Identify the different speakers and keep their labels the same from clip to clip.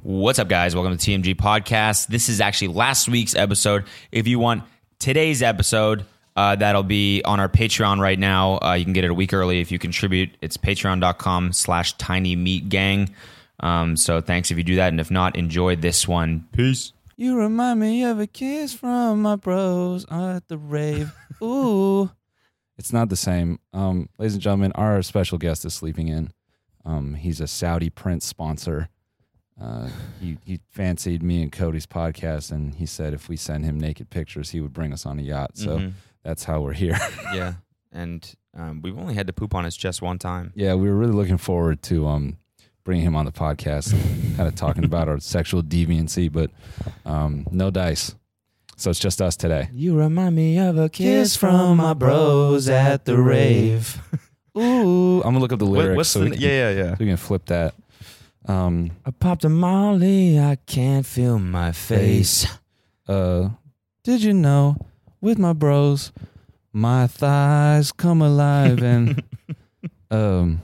Speaker 1: What's up, guys? Welcome to TMG Podcast. This is actually last week's episode. If you want today's episode, uh, that'll be on our Patreon right now. Uh, you can get it a week early if you contribute. It's patreon.com slash tiny meat gang. Um, so thanks if you do that. And if not, enjoy this one. Peace.
Speaker 2: You remind me of a kiss from my bros at the rave. Ooh. It's not the same. Um, ladies and gentlemen, our special guest is sleeping in. Um, he's a Saudi Prince sponsor. Uh, he, he fancied me and Cody's podcast, and he said if we send him naked pictures, he would bring us on a yacht. So
Speaker 1: Mhm.
Speaker 2: that's how we're here.
Speaker 1: Yeah. And um, we've only had to poop on his chest one time.
Speaker 2: yeah, we were really looking forward to um, bringing him on the podcast, and kind of talking about our sexual deviancy, but um, no dice. So it's just us today.
Speaker 1: You remind me of a
Speaker 2: Kiss from my bros at the rave. Ooh, I'm gonna look up the lyrics.
Speaker 1: what's
Speaker 2: so
Speaker 1: the,
Speaker 2: we can,
Speaker 1: yeah, yeah, yeah.
Speaker 2: so we can flip that. Um,
Speaker 1: I popped a molly. I can't feel my face.
Speaker 2: uh, did you know with my bros, my thighs come alive and um,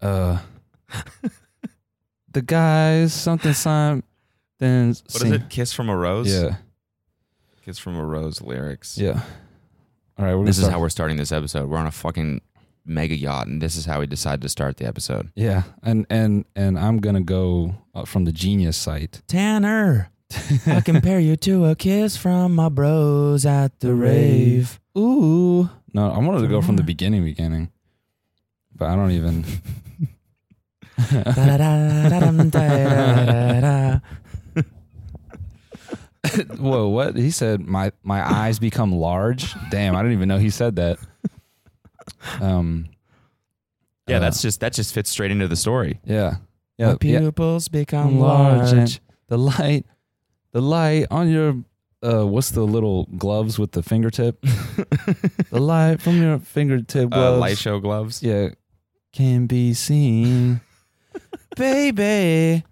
Speaker 2: uh, the guys something sign then
Speaker 1: What is it? Kiss from a rose.
Speaker 2: Yeah,
Speaker 1: Kiss from a rose lyrics.
Speaker 2: yeah. All right,
Speaker 1: This
Speaker 2: we're gonna
Speaker 1: is
Speaker 2: start-
Speaker 1: how we're starting this episode. We're on a fucking mega yacht, and this is how we decided to start the episode.
Speaker 2: Yeah, and and and I'm gonna go uh, from the Genius site.
Speaker 1: Tanner, I compare you to a kiss from my bros at the
Speaker 2: rave. Ooh. No, I wanted to go from the beginning, beginning, but I don't even. Whoa, what he said? My my eyes become large. Damn, I didn't even know he said that. Um.
Speaker 1: Yeah,
Speaker 2: uh,
Speaker 1: that's just that just fits straight into the story.
Speaker 2: yeah, yeah, Oh, yeah.
Speaker 1: pupils become
Speaker 2: I'm large. And the light, the light on your. Uh, what's the little gloves with the fingertip? the light from your fingertip
Speaker 1: uh,
Speaker 2: gloves.
Speaker 1: light show gloves.
Speaker 2: yeah, can be seen. Baby,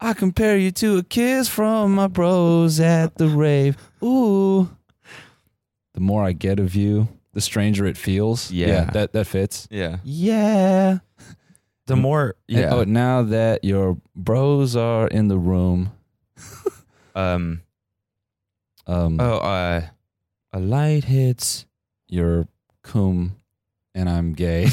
Speaker 2: I compare you to a kiss from my bros at the rave. Ooh. The more I get of you, the stranger it feels.
Speaker 1: Yeah.
Speaker 2: that, that fits.
Speaker 1: Yeah.
Speaker 2: Yeah.
Speaker 1: The more
Speaker 2: And-
Speaker 1: yeah.
Speaker 2: oh, now that your bros are in the room,
Speaker 1: um
Speaker 2: um,
Speaker 1: oh uh a light hits
Speaker 2: you're cum and I'm gay.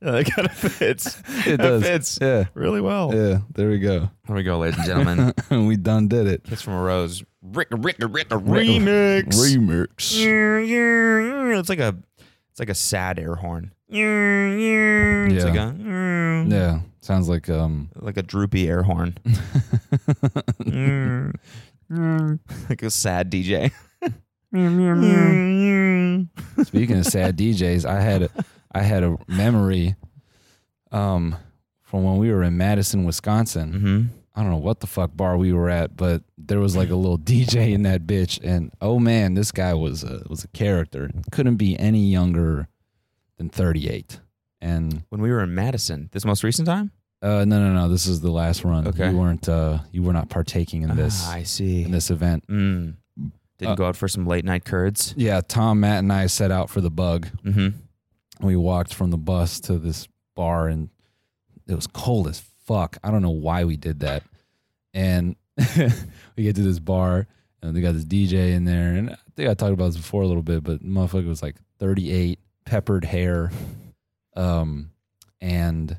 Speaker 1: that kind of fits.
Speaker 2: it does.
Speaker 1: fits
Speaker 2: Yeah.
Speaker 1: really well.
Speaker 2: Yeah. There we go.
Speaker 1: Here we go, ladies and gentlemen.
Speaker 2: we done did it.
Speaker 1: Kiss from a Rose. Rick, Rick, Rick, remix.
Speaker 2: Remix.
Speaker 1: It's like a, it's like a sad air horn. Mm. It's
Speaker 2: Yeah.
Speaker 1: like uh, a,
Speaker 2: Yeah, sounds like um.
Speaker 1: like a droopy air horn, like a sad DJ.
Speaker 2: Speaking of sad DJs, I had a, I had a memory, um, from when we were in Madison, Wisconsin.
Speaker 1: Mm-hmm.
Speaker 2: I don't know what the fuck bar we were at, but there was like a little DJ in that bitch, and oh man, this guy was a was a character. Couldn't be any younger than thirty eight. And
Speaker 1: When we were in Madison, this most recent time.
Speaker 2: uh, no, no, no, this is the last run.
Speaker 1: Okay.
Speaker 2: you weren't uh, you were not partaking in this
Speaker 1: Ah, I see.
Speaker 2: in this event.
Speaker 1: Mm. Didn't
Speaker 2: Uh,
Speaker 1: go out for some late night curds.
Speaker 2: Yeah, Tom, Matt, and I set out for the bug.
Speaker 1: Mm-hmm.
Speaker 2: we walked from the bus to this bar and it was cold as fuck. I don't know why we did that. And we get to this bar and they got this DJ in there. And I think I talked about this before a little bit, but motherfucker was like 38, peppered hair. Um, and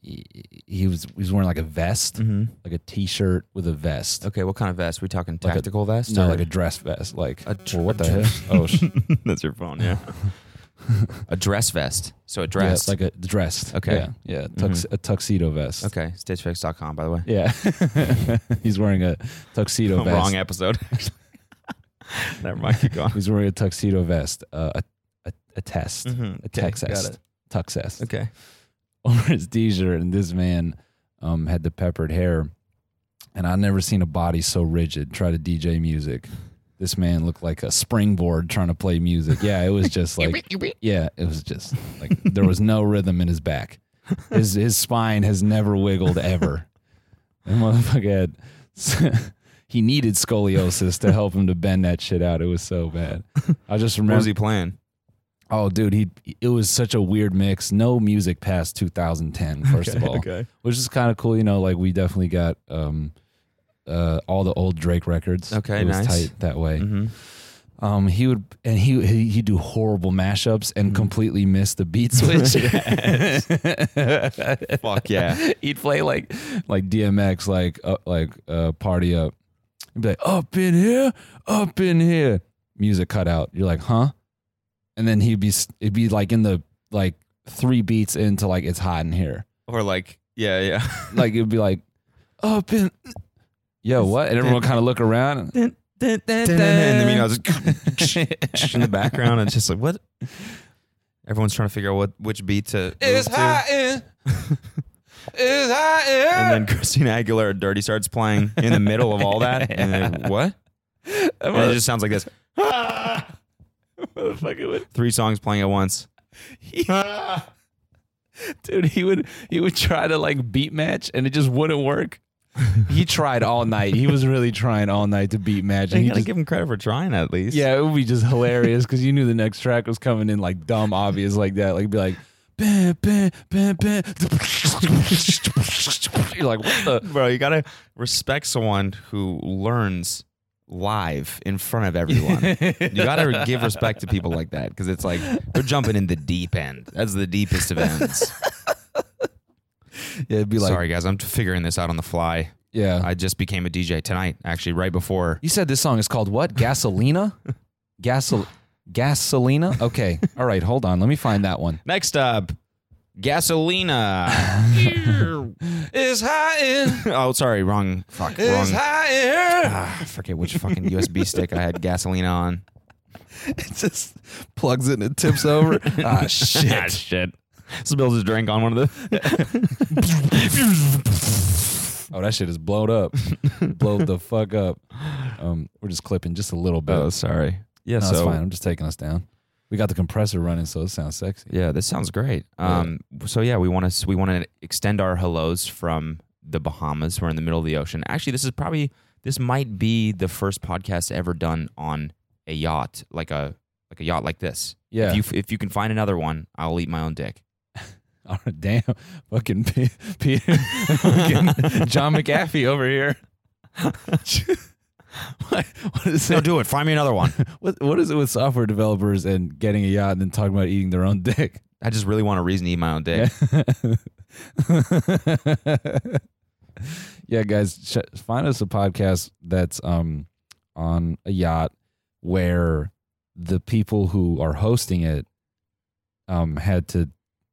Speaker 2: he, he was he was wearing like a vest,
Speaker 1: Mm-hmm.
Speaker 2: like a t shirt with a vest.
Speaker 1: Okay, what kind of vest? We talking
Speaker 2: Like a-
Speaker 1: tactical vest?
Speaker 2: No,
Speaker 1: or-
Speaker 2: like a dress vest. Like,
Speaker 1: A dr-
Speaker 2: well, what the
Speaker 1: dr-
Speaker 2: heck? Oh, sh-
Speaker 1: That's your phone, yeah. a dress vest. So a
Speaker 2: yeah,
Speaker 1: dress.
Speaker 2: like a dressed.
Speaker 1: Okay.
Speaker 2: Yeah. yeah tux-
Speaker 1: Mhm.
Speaker 2: A tuxedo vest.
Speaker 1: okay, stitchfix.com, by the way.
Speaker 2: Yeah. He's wearing a tuxedo vest.
Speaker 1: Wrong episode. Never mind, keep going.
Speaker 2: He's wearing a tuxedo vest, uh, a, a, a
Speaker 1: Mm.
Speaker 2: test, a tux test, tux test.
Speaker 1: Mm-hmm. Okay.
Speaker 2: Over his t shirt, and this man um, had the peppered hair. And I've never seen a body so rigid try to DJ music. This man looked like a springboard trying to play music. Yeah, it was just like, yeah, it was just like there was no rhythm in his back. His his spine has never wiggled ever. And motherfucker had, he needed scoliosis to help him to bend that shit out. It was so bad. I
Speaker 1: What was
Speaker 2: just remember
Speaker 1: he playing?
Speaker 2: Oh, dude, he it was such a weird mix. No music past 2010, first of all,
Speaker 3: okay.
Speaker 2: which is kind of cool. You know, like we definitely got um, uh, all the old Drake records.
Speaker 1: Okay,
Speaker 2: it was
Speaker 1: nice. Mm-hmm.
Speaker 2: tight that way. Um, he would and he he- he'd do horrible mashups and completely miss the beat switch.
Speaker 1: Fuck yeah.
Speaker 2: he'd play like like DMX, like uh, like uh, party up. He'd be like, up in here, up in here. Music cut out. You're like, huh? And then he'd be s- it'd be like in the like three beats into like it's hot in here.
Speaker 1: Or like, yeah, yeah.
Speaker 2: Like it'd be like up in. Yo, what? And everyone kind of look around.
Speaker 1: and then you know, just in the background, and it's just like what? Everyone's trying to figure out what which beat to. move to.
Speaker 2: in. It's hot in.
Speaker 1: And then Christina Aguilera "Dirty" starts playing in the middle of all that, and then what? And it just sounds like this:
Speaker 2: motherfucker would
Speaker 1: three songs playing at once.
Speaker 2: dude he would he would try to like beat match and it just wouldn't work he tried all night he was really trying all night to beat match and
Speaker 1: You
Speaker 2: he
Speaker 1: gotta
Speaker 2: just,
Speaker 1: give him credit for trying at least.
Speaker 2: yeah it would be just hilarious because you knew the next track was coming in like dumb obvious like that like it'd be like bam, bam, bam, bam. you're like what the
Speaker 1: bro, you gotta respect someone who learns live in front of everyone. you gotta give respect to people like that because it's like they're jumping in the deep end. That's the deepest of ends.
Speaker 2: yeah it'd be like
Speaker 1: Sorry guys, I'm figuring this out on the fly.
Speaker 2: yeah
Speaker 1: I just became a DJ tonight, actually, right before.
Speaker 2: You said this song is called what? Gasolina? Gasol Gasolina? Okay. All right, hold on. Let me find that one.
Speaker 1: Next up, Gasolina
Speaker 2: It's hot in
Speaker 1: oh, sorry, wrong. Fuck, wrong.
Speaker 2: hot air.
Speaker 1: Ah, I forget which fucking USB stick I had Gasolina on.
Speaker 2: It just plugs it and it tips over. ah shit.
Speaker 1: Ah, shit. Spills his drink on one of the.
Speaker 2: Oh, that shit is blown up. Blowed the fuck up. Um, we're just clipping just a little bit.
Speaker 1: Oh, sorry. Yeah,
Speaker 2: no,
Speaker 1: so
Speaker 2: that's fine. I'm just taking us down. We got the compressor running, so it sounds sexy.
Speaker 1: Yeah, this sounds great. Um, so yeah, we want to we want to extend our hellos from the Bahamas. We're in the middle of the ocean. Actually, this is probably this might be the first podcast ever done on a yacht, like a like a yacht like this.
Speaker 2: Yeah.
Speaker 1: If you if you can find another one, I'll eat my own dick.
Speaker 2: Oh, damn. Fucking P- P- fucking John McAfee over here. what, what is
Speaker 1: No,
Speaker 2: it?
Speaker 1: do it. Find me another one.
Speaker 2: What, what is it with software developers and getting a yacht and then talking about eating their own dick?
Speaker 1: I just really want a reason to eat my own dick.
Speaker 2: yeah, guys, sh- find us a podcast that's um on a yacht where the people who are hosting it um had to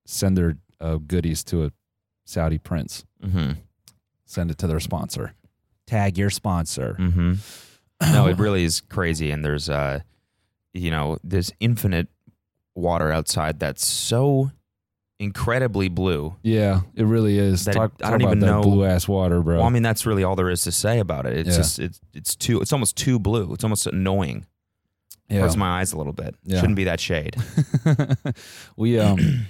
Speaker 2: send their uh, goodies to a Saudi prince.
Speaker 1: Mm-hmm.
Speaker 2: Send it to their sponsor. Mm. Tag your sponsor.
Speaker 1: Mm-hmm. No, it really is crazy, and there's uh, you know, there's infinite water outside that's so incredibly blue
Speaker 2: Yeah, it really is.
Speaker 1: That-
Speaker 2: talk
Speaker 1: I
Speaker 2: talk
Speaker 1: don't even
Speaker 2: about
Speaker 1: know-
Speaker 2: that blue ass water, bro.
Speaker 1: Well, I mean, that's really all there is to say about it. It's
Speaker 2: Yeah.
Speaker 1: just it's it's too it's almost too blue. It's almost annoying.
Speaker 2: yeah.
Speaker 1: Hurts my eyes a little bit.
Speaker 2: Yeah.
Speaker 1: Shouldn't be that shade.
Speaker 2: we um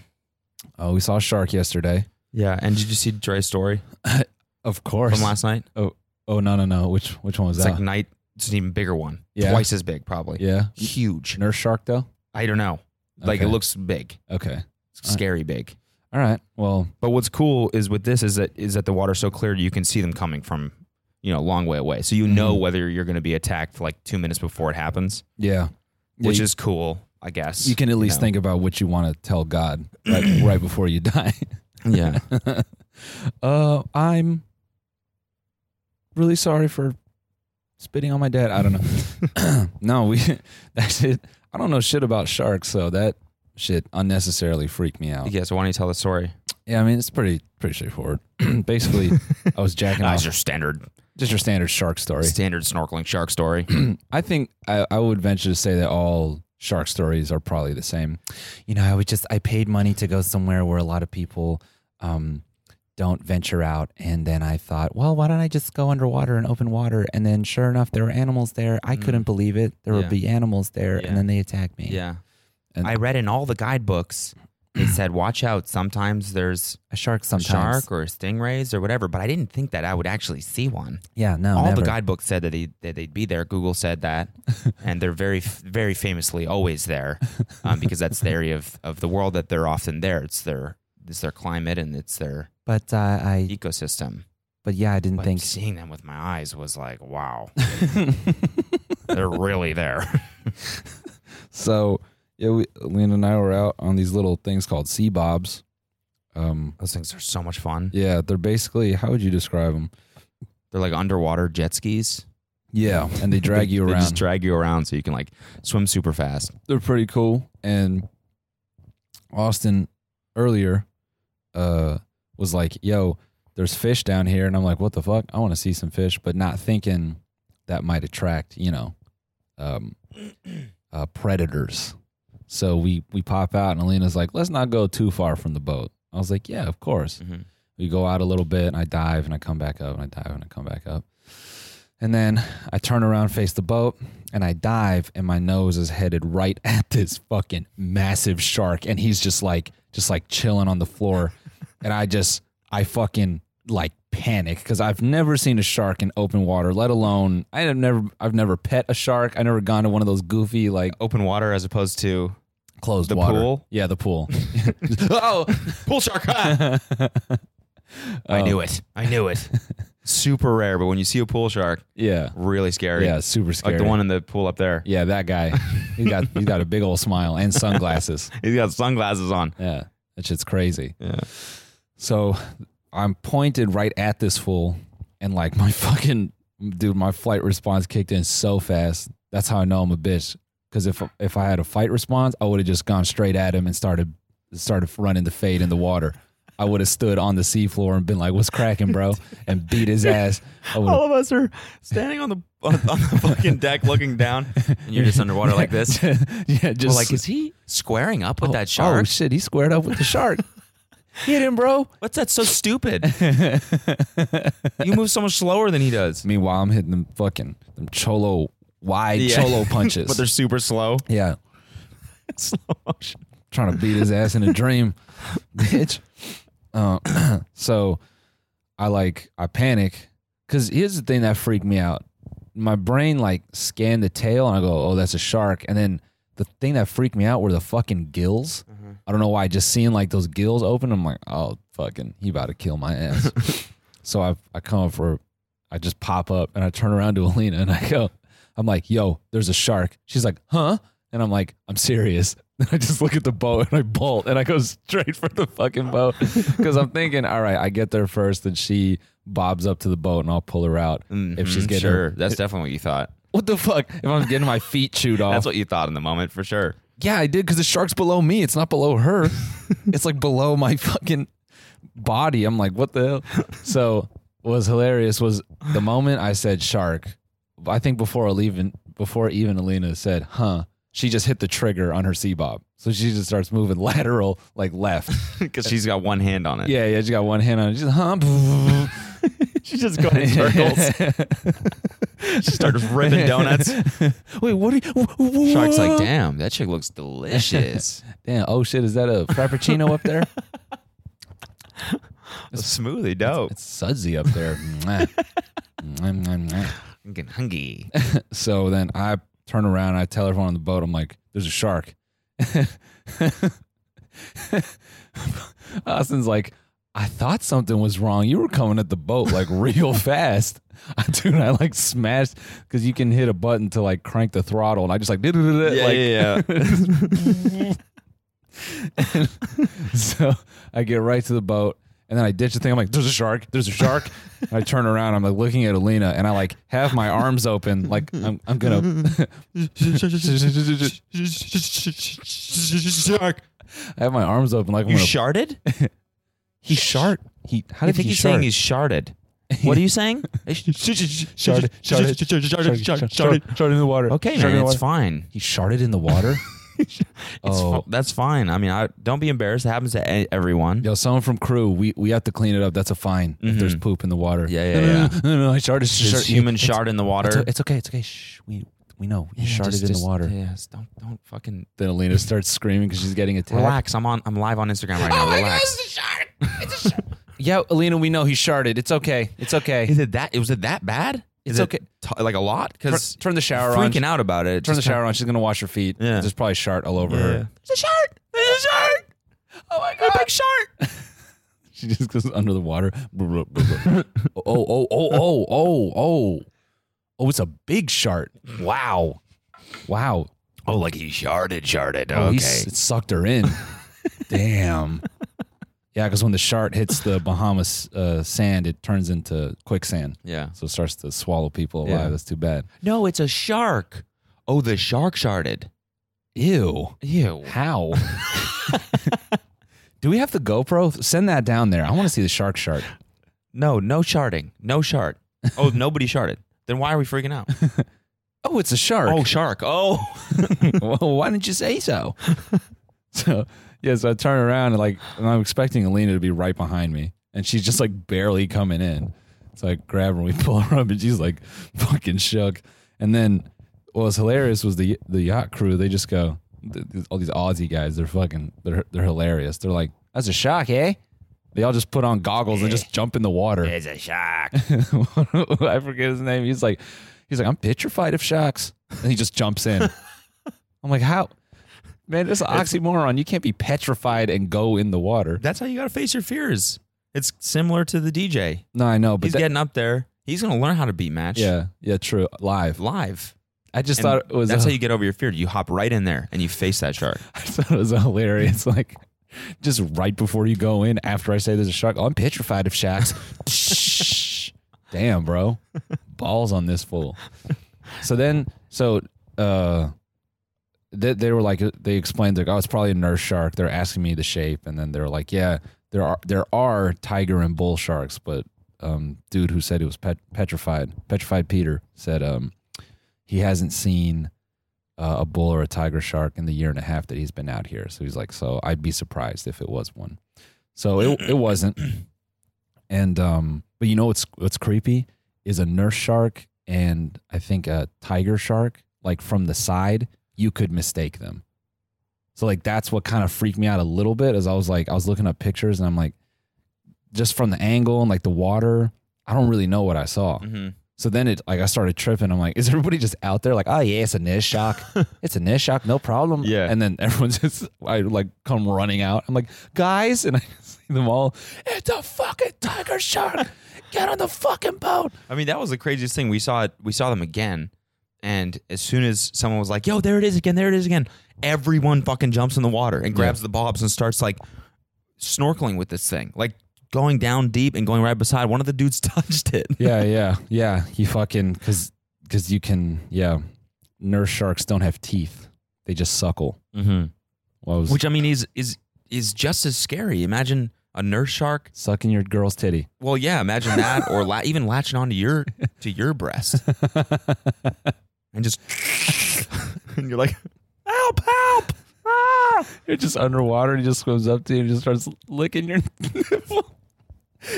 Speaker 2: oh, we saw a shark yesterday.
Speaker 1: yeah. And did you see Dre's story
Speaker 2: Of course.
Speaker 1: from last night?
Speaker 2: Oh no no no! Which which one was
Speaker 1: It's
Speaker 2: that?
Speaker 1: like night. It's an even bigger one.
Speaker 2: Yeah.
Speaker 1: Twice as big, probably.
Speaker 2: yeah,
Speaker 1: Huge.
Speaker 2: nurse shark though.
Speaker 1: I don't know. Like it
Speaker 2: Okay.
Speaker 1: looks big.
Speaker 2: Okay,
Speaker 1: It's scary big.
Speaker 2: all right. Well,
Speaker 1: But what's cool is with this is that is that the water's so clear you can see them coming from you know a long way away. So you know whether you're going to be attacked like two minutes before it happens,
Speaker 2: yeah,
Speaker 1: which
Speaker 2: you,
Speaker 1: is cool, I guess.
Speaker 2: you can at least
Speaker 1: know.
Speaker 2: think about what you want to tell God right, right before you die.
Speaker 1: Yeah.
Speaker 2: uh, I'm really sorry for spitting on my dad. I don't know. no, we that shit. I don't know shit about sharks, so that shit unnecessarily freaked me out. Yeah,
Speaker 1: yeah. So why don't you tell the story?
Speaker 2: I mean it's pretty pretty straightforward. Basically, I was jacking
Speaker 1: That's
Speaker 2: off.
Speaker 1: your standard
Speaker 2: Just your standard shark story.
Speaker 1: standard snorkeling shark story.
Speaker 2: I think I, I would venture to say that all shark stories are probably the same. You know, I would just I paid money to go somewhere where a lot of people um, don't venture out, and then I thought, well, why don't I just go underwater and open water? And then, sure enough, there were animals there. I couldn't believe it. There
Speaker 1: Mm. Yeah.
Speaker 2: would be animals there,
Speaker 1: Yeah.
Speaker 2: and then they attacked me.
Speaker 1: yeah.
Speaker 2: And-
Speaker 1: I read in all the guidebooks they said, watch out. Sometimes there's
Speaker 3: A shark
Speaker 1: a
Speaker 3: sometimes.
Speaker 1: shark or stingrays or whatever, but I didn't think that I would actually see one.
Speaker 3: Yeah,
Speaker 2: Oh,
Speaker 3: no.
Speaker 1: All
Speaker 3: never.
Speaker 1: the guidebooks said that, they, that they'd be there. Google said that. and they're very, f- very famously always there um, because that's the area of, of the world that they're often there. It's their, it's their climate and it's their
Speaker 3: But uh, I.
Speaker 1: ecosystem.
Speaker 3: But yeah, I didn't
Speaker 1: But
Speaker 3: think.
Speaker 1: seeing them with my eyes was like, wow, they're really there.
Speaker 2: So yeah, we, Lena and I were out on these little things called sea bobs. Um,
Speaker 1: Those things are so much fun.
Speaker 2: yeah, they're basically how would you describe them?
Speaker 1: They're like underwater jet skis.
Speaker 2: Yeah, and they drag you
Speaker 1: They
Speaker 2: around.
Speaker 1: just drag you around so you can like swim super fast.
Speaker 2: they're pretty cool. And Austin earlier uh, was like, "Yo, there's fish down here," and I'm like, "What the fuck? I want to see some fish," but not thinking that might attract, you know, um, uh, predators. So we we pop out, and Alina's like, "Let's not go too far from the boat." I was like, "Yeah, of course."
Speaker 1: Mhm.
Speaker 2: We go out a little bit, and I dive, and I come back up, and I dive, and I come back up. And then I turn around, face the boat, and I dive, and my nose is headed right at this fucking massive shark, and he's just like, just like chilling on the floor, and I just, I fucking like panic because I've never seen a shark in open water, let alone I have never, I've never pet a shark, I've never gone to one of those goofy like
Speaker 1: Open water as opposed to
Speaker 2: closed
Speaker 1: The
Speaker 2: water.
Speaker 1: pool?
Speaker 2: yeah, the pool. oh,
Speaker 1: pool shark. I knew it. I knew it. super rare, but when you see a pool shark,
Speaker 2: yeah,
Speaker 1: really scary.
Speaker 2: yeah, super scary.
Speaker 1: Like the one in the pool up there.
Speaker 2: yeah, that guy, he got, he's got a big old smile and sunglasses.
Speaker 1: He's got sunglasses on.
Speaker 2: Yeah. That shit's crazy.
Speaker 1: Yeah.
Speaker 2: So I'm pointed right at this fool and like my fucking dude, my flight response kicked in so fast. That's how I know I'm a bitch. Cause if if I had a fight response, I would have just gone straight at him and started started running the fade in the water. I would have stood on the seafloor and been like, What's cracking, bro? and beat his ass. I would've-
Speaker 1: All of us are standing on the on, on the fucking deck looking down, and you're just underwater like this.
Speaker 2: yeah, just
Speaker 1: We're like, is he squaring up with that
Speaker 2: Oh
Speaker 1: shark?
Speaker 2: shit, he squared up with the shark. Hit him, bro.
Speaker 1: What's that so stupid? you move so much slower than he does.
Speaker 2: Meanwhile, I'm hitting them fucking them cholo wide
Speaker 1: Yeah.
Speaker 2: cholo punches.
Speaker 1: But they're super slow.
Speaker 2: yeah, trying to beat his ass in a dream, bitch. Uh, so I like I panic because here's the thing that freaked me out. My brain like scanned the tail and I go, oh, that's a shark. And then the thing that freaked me out were the fucking gills. I don't know why. Just seeing like those gills open, I'm like, oh, fucking, he about to kill my ass. so I I come up for, I just pop up and I turn around to Alina and I go, I'm like, yo, there's a shark. She's like, huh? And I'm like, I'm serious. And I just look at the boat and I bolt and I go straight for the fucking boat because I'm thinking, all right, I get there first and she bobs up to the boat and I'll pull her out if she's
Speaker 1: Mhm,
Speaker 2: getting
Speaker 1: sure,
Speaker 2: her-
Speaker 1: that's definitely what you thought.
Speaker 2: what the fuck if I'm getting my feet chewed off.
Speaker 1: That's what you thought in the moment for sure.
Speaker 2: Yeah, I did because the shark's below me. It's not below her. it's like below my fucking body. I'm like, what the hell? So what was hilarious was the moment I said shark. I think before even before even Alina said, huh, she just hit the trigger on her C bob. So she just starts moving lateral, like left.
Speaker 1: Because she's got one hand on it.
Speaker 2: Yeah, yeah, she got one hand on it. She's huh.
Speaker 1: She's just going in circles. she starts ripping donuts.
Speaker 2: Wait, what? Are you, wh- wh-
Speaker 1: Shark's like,
Speaker 2: what?
Speaker 1: damn, that chick looks delicious.
Speaker 2: damn. Oh shit, is that a frappuccino up there?
Speaker 1: A smoothie dope.
Speaker 2: It's sudsy up there. Mwah. Mwah, mwah, mwah.
Speaker 1: I'm getting hungry.
Speaker 2: so then I turn around, I tell everyone on the boat, I'm like, there's a shark. Austin's like, I thought something was wrong. You were coming at the boat like real fast. I dude, I like smashed because you can hit a button to like crank the throttle, and I just like, did it like,
Speaker 1: yeah,
Speaker 2: so I get right to the boat and then I ditch the thing. I'm like, there's a shark, there's a shark. And I turn around, I'm like looking at Alina and I like have my arms open, like I'm, I'm gonna.
Speaker 1: Shark.
Speaker 2: I have my arms open, like I'm
Speaker 1: You
Speaker 2: gonna.
Speaker 1: sharded?
Speaker 2: he shark. He, how
Speaker 1: I
Speaker 2: did
Speaker 1: think
Speaker 2: he
Speaker 1: he's saying
Speaker 2: shark?
Speaker 1: he's sharded. What are you saying?
Speaker 2: Sharded,
Speaker 1: sharded,
Speaker 2: sharded, Sharded in the water.
Speaker 1: Okay,
Speaker 2: Sharded in the
Speaker 1: man, it's
Speaker 2: water.
Speaker 1: fine.
Speaker 2: He sharded in the water.
Speaker 1: It's
Speaker 2: Oh.
Speaker 1: fi- that's fine. I mean, I, don't be embarrassed. It happens to e- everyone.
Speaker 2: Yo, someone from crew, we, we have to clean it up. That's a fine if there's poop in the water.
Speaker 1: Mm-hmm. Yeah, yeah,
Speaker 2: no, no,
Speaker 1: yeah.
Speaker 2: No, no, no, no, I sharded.
Speaker 1: There's
Speaker 2: sharded-
Speaker 1: human
Speaker 2: it's-
Speaker 1: shard in the water.
Speaker 2: It's, it's okay. It's okay. Shh. We,
Speaker 3: We know. You
Speaker 1: Yeah,
Speaker 3: sharded
Speaker 1: just-
Speaker 3: in
Speaker 1: just-
Speaker 3: the water.
Speaker 1: Yeah, just don't don't fucking
Speaker 2: Then Alina starts screaming because she's getting attacked.
Speaker 1: relax. I'm on. I'm live on Instagram right
Speaker 2: Oh
Speaker 1: now. relax.
Speaker 2: Yeah, Alina, we know he sharded. It's okay. It's okay.
Speaker 1: Is it that? Was it that bad? Is
Speaker 2: It's
Speaker 1: it
Speaker 2: okay.
Speaker 1: t- like a lot
Speaker 2: Turn,
Speaker 1: because
Speaker 2: turn the shower on.
Speaker 1: freaking out about it.
Speaker 2: Turn the
Speaker 1: Just
Speaker 2: shower on. She's gonna wash her feet.
Speaker 1: Yeah.
Speaker 2: There's probably shart all over her.
Speaker 1: It's a shark. It's a shark. Oh my god. A big shark.
Speaker 2: She just goes under the water. oh, oh, oh, oh, oh, oh. Oh, it's a big shart. Wow. Wow.
Speaker 1: Oh, like he sharded, sharded.
Speaker 2: Oh, he s- it sucked her in. Damn. Yeah, because when the shark hits the Bahamas uh, sand, it turns into quicksand.
Speaker 1: yeah.
Speaker 2: So it starts to swallow people alive.
Speaker 1: Yeah.
Speaker 2: That's too bad.
Speaker 1: No, it's a shark. Oh, the shark sharded.
Speaker 2: Ew.
Speaker 1: Ew.
Speaker 2: How? Do we have the GoPro? Send that down there. I want to see the shark shark.
Speaker 1: No, no sharding. No shard. Oh, nobody sharded. Then why are we freaking out?
Speaker 2: Oh, it's a shark.
Speaker 1: Oh, shark. Oh.
Speaker 2: well, why didn't you say so? so yeah, so I turn around and like and I'm expecting Alina to be right behind me, and she's just like barely coming in. So I grab her and we pull her up, and she's like fucking shook. And then what was hilarious was the the yacht crew. They just go th- th- all these Aussie guys. They're fucking they're they're hilarious. They're like that's a shock, eh? They all just put on goggles and just jump in the water.
Speaker 1: It's a shark.
Speaker 2: I forget his name. He's like, he's like, I'm petrified of sharks, and he just jumps in. I'm like, how? Man, it's an oxymoron. You can't be petrified and go in the water.
Speaker 1: That's how you got to face your fears. It's similar to the DJ.
Speaker 2: No, I know, but
Speaker 1: He's
Speaker 2: that-
Speaker 1: getting up there. He's going to learn how to beat match
Speaker 2: yeah, yeah, true. Live.
Speaker 1: live.
Speaker 2: I just
Speaker 1: And
Speaker 2: thought it was. uh,
Speaker 1: that's
Speaker 2: a-
Speaker 1: how you get over your fear. You hop right in there and you face that shark.
Speaker 2: I thought it was hilarious. Like, just right before you go in, after I say there's a shark, oh, I'm petrified of sharks. Shh. Damn, bro. Balls on this fool. So then, so, uh, they, they were like, they explained, like, oh, it's probably a nurse shark. They're asking me the shape. And then they're like, yeah, there are, there are tiger and bull sharks. But, um, dude who said he was pet- petrified, petrified Peter said, um, he hasn't seen, uh, a bull or a tiger shark in the year and a half that he's been out here. So he's like, so I'd be surprised if it was one. So it it wasn't. And um, but you know what's what's creepy is a nurse shark and I think a tiger shark. Like from the side, you could mistake them. So like that's what kind of freaked me out a little bit. As I was like, I was looking up pictures and I'm like, just from the angle and like the water, I don't really know what I saw.
Speaker 1: Mm-hmm.
Speaker 2: So then it like I started tripping. I'm like, is everybody just out there like, oh yeah, it's a niche shock. it's a niche shock, no problem.
Speaker 1: Yeah.
Speaker 2: And then everyone's just I like come running out. I'm like, guys, and I see them all, it's a fucking tiger shark. Get on the fucking boat.
Speaker 1: I mean, that was the craziest thing. We saw it. We saw them again, and as soon as someone was like, "Yo, there it is again! There it is again!" Everyone fucking jumps in the water and grabs the bobs and starts like snorkeling with this thing, like going down deep and going right beside. One of the dudes touched it.
Speaker 2: Yeah, yeah, yeah. You fucking cause cause you can yeah. Nurse sharks don't have teeth. They just suckle.
Speaker 1: Mm-hmm.
Speaker 2: What was
Speaker 1: Which I mean is is is just as scary. Imagine a nurse shark.
Speaker 2: sucking your girl's titty.
Speaker 1: Well, yeah, imagine that, or la- even latching onto your to your breast and just and you're like, "Help! Help!" Ah!
Speaker 2: You're just underwater. He just swims up to you and just starts licking your nipple.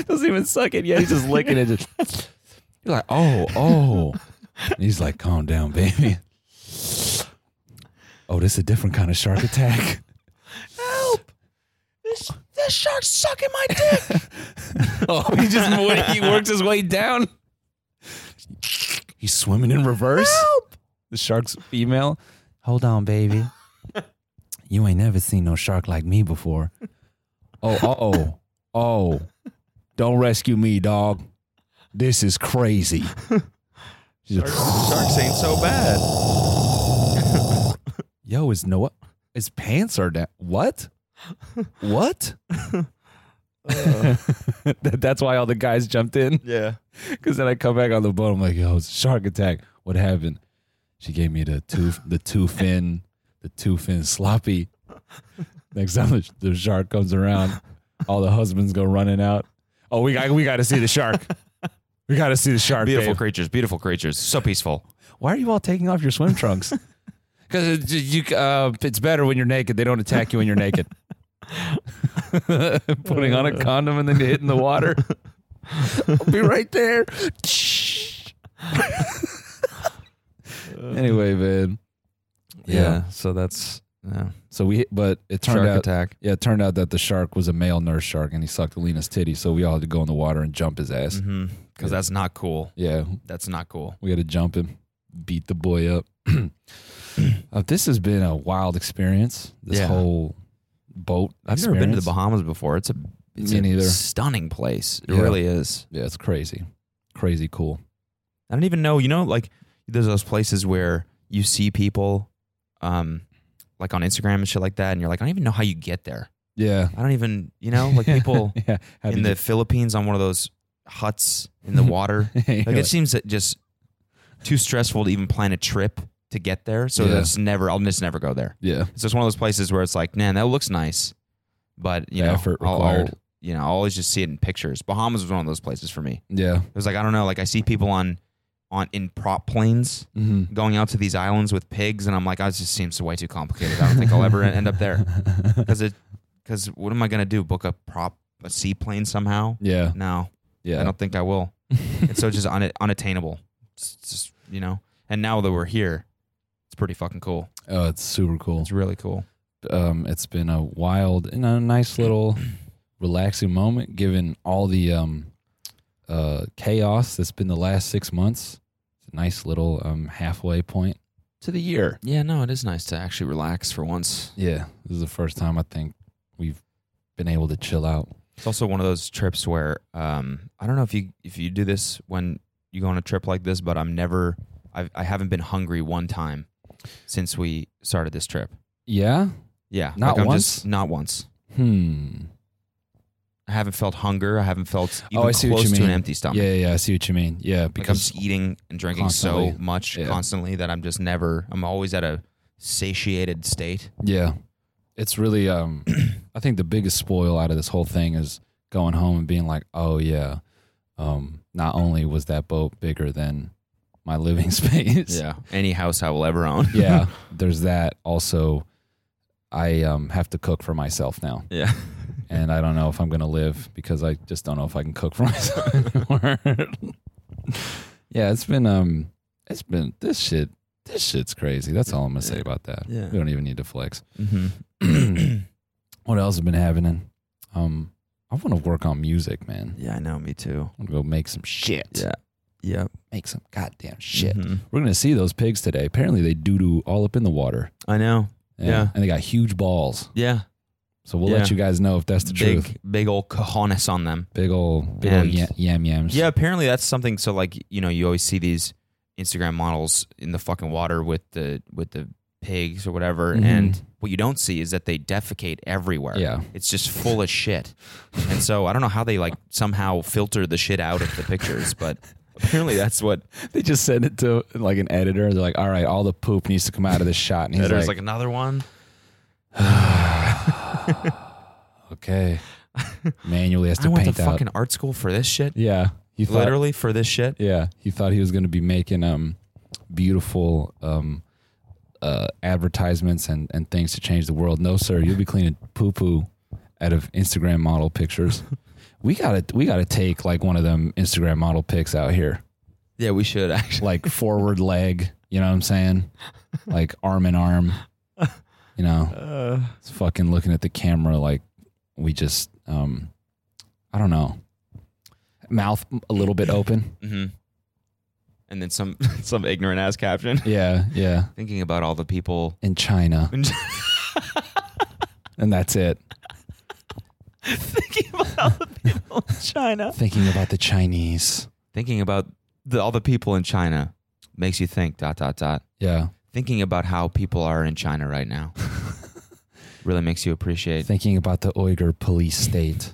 Speaker 2: Doesn't even suck it yet. He's just licking it. Just, you're like, oh, oh. And he's like, calm down, baby. Oh, this is a different kind of shark attack.
Speaker 1: Help! This, this shark's sucking my dick.
Speaker 2: Oh, he just he works his way down. He's swimming in reverse. The shark's female.
Speaker 3: Hold on, baby.
Speaker 2: You ain't never seen no shark like me before. Oh, oh, oh. Don't rescue me, dog. This is crazy. She's like,
Speaker 1: Sharks ain't so bad.
Speaker 2: Yo, is Noah, his pants are down. What? What? That- That's why all the guys jumped in.
Speaker 1: Yeah.
Speaker 2: Because then I come back on the boat. I'm like, yo, it's a shark attack. What happened? She gave me the two, the two fin, the two fin sloppy. Next time the, the shark comes around, all the husbands go running out. Oh, we got we got to see the shark. We got to see the shark.
Speaker 1: Beautiful
Speaker 2: babe.
Speaker 1: creatures, beautiful creatures. So peaceful.
Speaker 2: Why are you all taking off your swim trunks? Because you, uh, it's better when you're naked. They don't attack you when you're naked. Putting on a condom and then you hit in the water. I'll be right there. anyway, man.
Speaker 4: Yeah. So that's yeah.
Speaker 2: So we, but it turned
Speaker 4: shark
Speaker 2: out,
Speaker 4: attack.
Speaker 2: yeah, it turned out that the shark was a male nurse shark, and he sucked Alina's titty. So we all had to go in the water and jump his ass.
Speaker 1: mm Because that's not cool.
Speaker 2: Yeah,
Speaker 1: That's not cool.
Speaker 2: we had to jump him, beat the boy up. uh, this has been a wild experience. This
Speaker 1: Yeah.
Speaker 2: whole boat.
Speaker 1: I've never been to the
Speaker 2: experience.
Speaker 1: Bahamas before. It's a, it's
Speaker 2: Me
Speaker 1: a
Speaker 2: neither.
Speaker 1: stunning place. It
Speaker 2: Yeah.
Speaker 1: really is.
Speaker 2: Yeah, it's crazy, crazy cool.
Speaker 1: I don't even know. You know, like there's those places where you see people, um, like on Instagram and shit like that, and you're like, I don't even know how you get there.
Speaker 2: Yeah,
Speaker 1: I don't even, you know, like people
Speaker 2: yeah, How
Speaker 1: in
Speaker 2: did
Speaker 1: the Philippines on one of those huts in the water.
Speaker 2: you- You're
Speaker 1: like it seems that just too stressful to even plan a trip to get there. So
Speaker 2: Yeah.
Speaker 1: that's never. I'll just never go there.
Speaker 2: yeah,
Speaker 1: It's just one of those places where it's like, man, that looks nice, but you
Speaker 2: The
Speaker 1: know,
Speaker 2: effort
Speaker 1: I'll, I'll,
Speaker 2: required.
Speaker 1: you know, I always just see it in pictures. Bahamas was one of those places for me.
Speaker 2: yeah.
Speaker 1: It was like I don't know, like I see people on on in prop planes
Speaker 2: Mm-hmm.
Speaker 1: going out to these islands with pigs, and I'm like, oh, this just seems way too complicated. I don't think I'll ever end up there because it because what am I gonna do? Book a prop a seaplane somehow?
Speaker 2: Yeah,
Speaker 1: No, I
Speaker 2: yeah,
Speaker 1: don't think I will. and so it's just un- unattainable. It's just you know. And now that we're here, it's pretty fucking cool.
Speaker 2: oh, it's super cool.
Speaker 1: It's really cool.
Speaker 2: um, it's been a wild and a nice little relaxing moment given all the um, uh, chaos that's been the last six months. It's a nice little um, halfway point to the year.
Speaker 1: Yeah, no, it is nice to actually relax for once.
Speaker 2: Yeah, this is the first time I think we've been able to chill out.
Speaker 1: It's also one of those trips where um, I don't know if you if you do this when you go on a trip like this, but I'm never I've, I haven't been hungry one time since we started this trip.
Speaker 2: Yeah.
Speaker 1: Yeah,
Speaker 2: Not
Speaker 1: I'm
Speaker 2: once?
Speaker 1: Just, not once.
Speaker 2: Hmm.
Speaker 1: I haven't felt hunger. I haven't felt even
Speaker 2: Oh, I see what
Speaker 1: close
Speaker 2: you
Speaker 1: to an
Speaker 2: mean.
Speaker 1: empty stomach.
Speaker 2: Yeah, yeah, yeah, I see what you mean. Yeah,
Speaker 1: Like, I'm
Speaker 2: because
Speaker 1: just eating and drinking so
Speaker 2: Constantly.
Speaker 1: much
Speaker 2: Yeah.
Speaker 1: constantly that I'm just never. I'm always at a satiated state.
Speaker 2: yeah, it's really. Um, I think the biggest spoil out of this whole thing is going home and being like, oh yeah, um, not only was that boat bigger than my living space.
Speaker 1: any house I will ever own.
Speaker 2: yeah. There's that. Also, I um, have to cook for myself now,
Speaker 1: yeah.
Speaker 2: and I don't know if I'm gonna live because I just don't know if I can cook for myself. yeah, it's been um, it's been this shit. This shit's crazy. That's all I'm gonna say about that.
Speaker 1: Yeah.
Speaker 2: We don't even need to flex.
Speaker 1: Mm-hmm.
Speaker 2: what else has been happening? Um, I want to work on music, man.
Speaker 1: Yeah, I know. Me too.
Speaker 2: I'm gonna go make some shit.
Speaker 1: Yeah.
Speaker 2: Make some goddamn shit.
Speaker 1: Mhm.
Speaker 2: We're gonna see those pigs today. Apparently, they doo doo all up in the water.
Speaker 1: I know. Yeah.
Speaker 2: And they got huge balls.
Speaker 1: Yeah.
Speaker 2: So we'll let
Speaker 1: Yeah.
Speaker 2: you guys know if that's the
Speaker 1: big,
Speaker 2: truth.
Speaker 1: Big old cojones on them.
Speaker 2: Big old, big old
Speaker 1: And-
Speaker 2: yam, yam yams.
Speaker 1: Yeah, apparently that's something. So like you know, you always see these Instagram models in the fucking water with the with the pigs or whatever,
Speaker 2: Mhm.
Speaker 1: and what you don't see is that they defecate everywhere.
Speaker 2: Yeah.
Speaker 1: it's just full of shit. And so I don't know how they like somehow filter the shit out of the pictures, but apparently that's what.
Speaker 2: They just send it to like an editor. They're like, all right, all the poop needs to come out of this shot. And he's
Speaker 1: There's
Speaker 2: like,
Speaker 1: like another one.
Speaker 2: okay. Manually has
Speaker 1: I
Speaker 2: to
Speaker 1: went to
Speaker 2: paint out.
Speaker 1: fucking art school for this shit.
Speaker 2: yeah. He thought,
Speaker 1: Literally for this shit.
Speaker 2: Yeah, he thought he was going to be making um beautiful um uh advertisements and and things to change the world. No, sir, you'll be cleaning poo poo out of Instagram model pictures. we gotta we gotta take like one of them Instagram model pics out here,
Speaker 1: Yeah, we should actually.
Speaker 2: like forward leg. You know what I'm saying? Like arm in arm. You know, it's fucking looking at the camera like we just um I don't know. Mouth a little bit open.
Speaker 1: Mhm. And then some some ignorant ass caption.
Speaker 2: Yeah, yeah.
Speaker 1: Thinking about all the people
Speaker 2: in China,
Speaker 1: In Ch-
Speaker 2: and that's it.
Speaker 1: thinking about all the people in China.
Speaker 2: Thinking about the Chinese.
Speaker 1: Thinking about the, all the people in China makes you think. Dot dot dot.
Speaker 2: Yeah.
Speaker 1: Thinking about how people are in China right now really makes you appreciate.
Speaker 2: Thinking about the Uyghur police state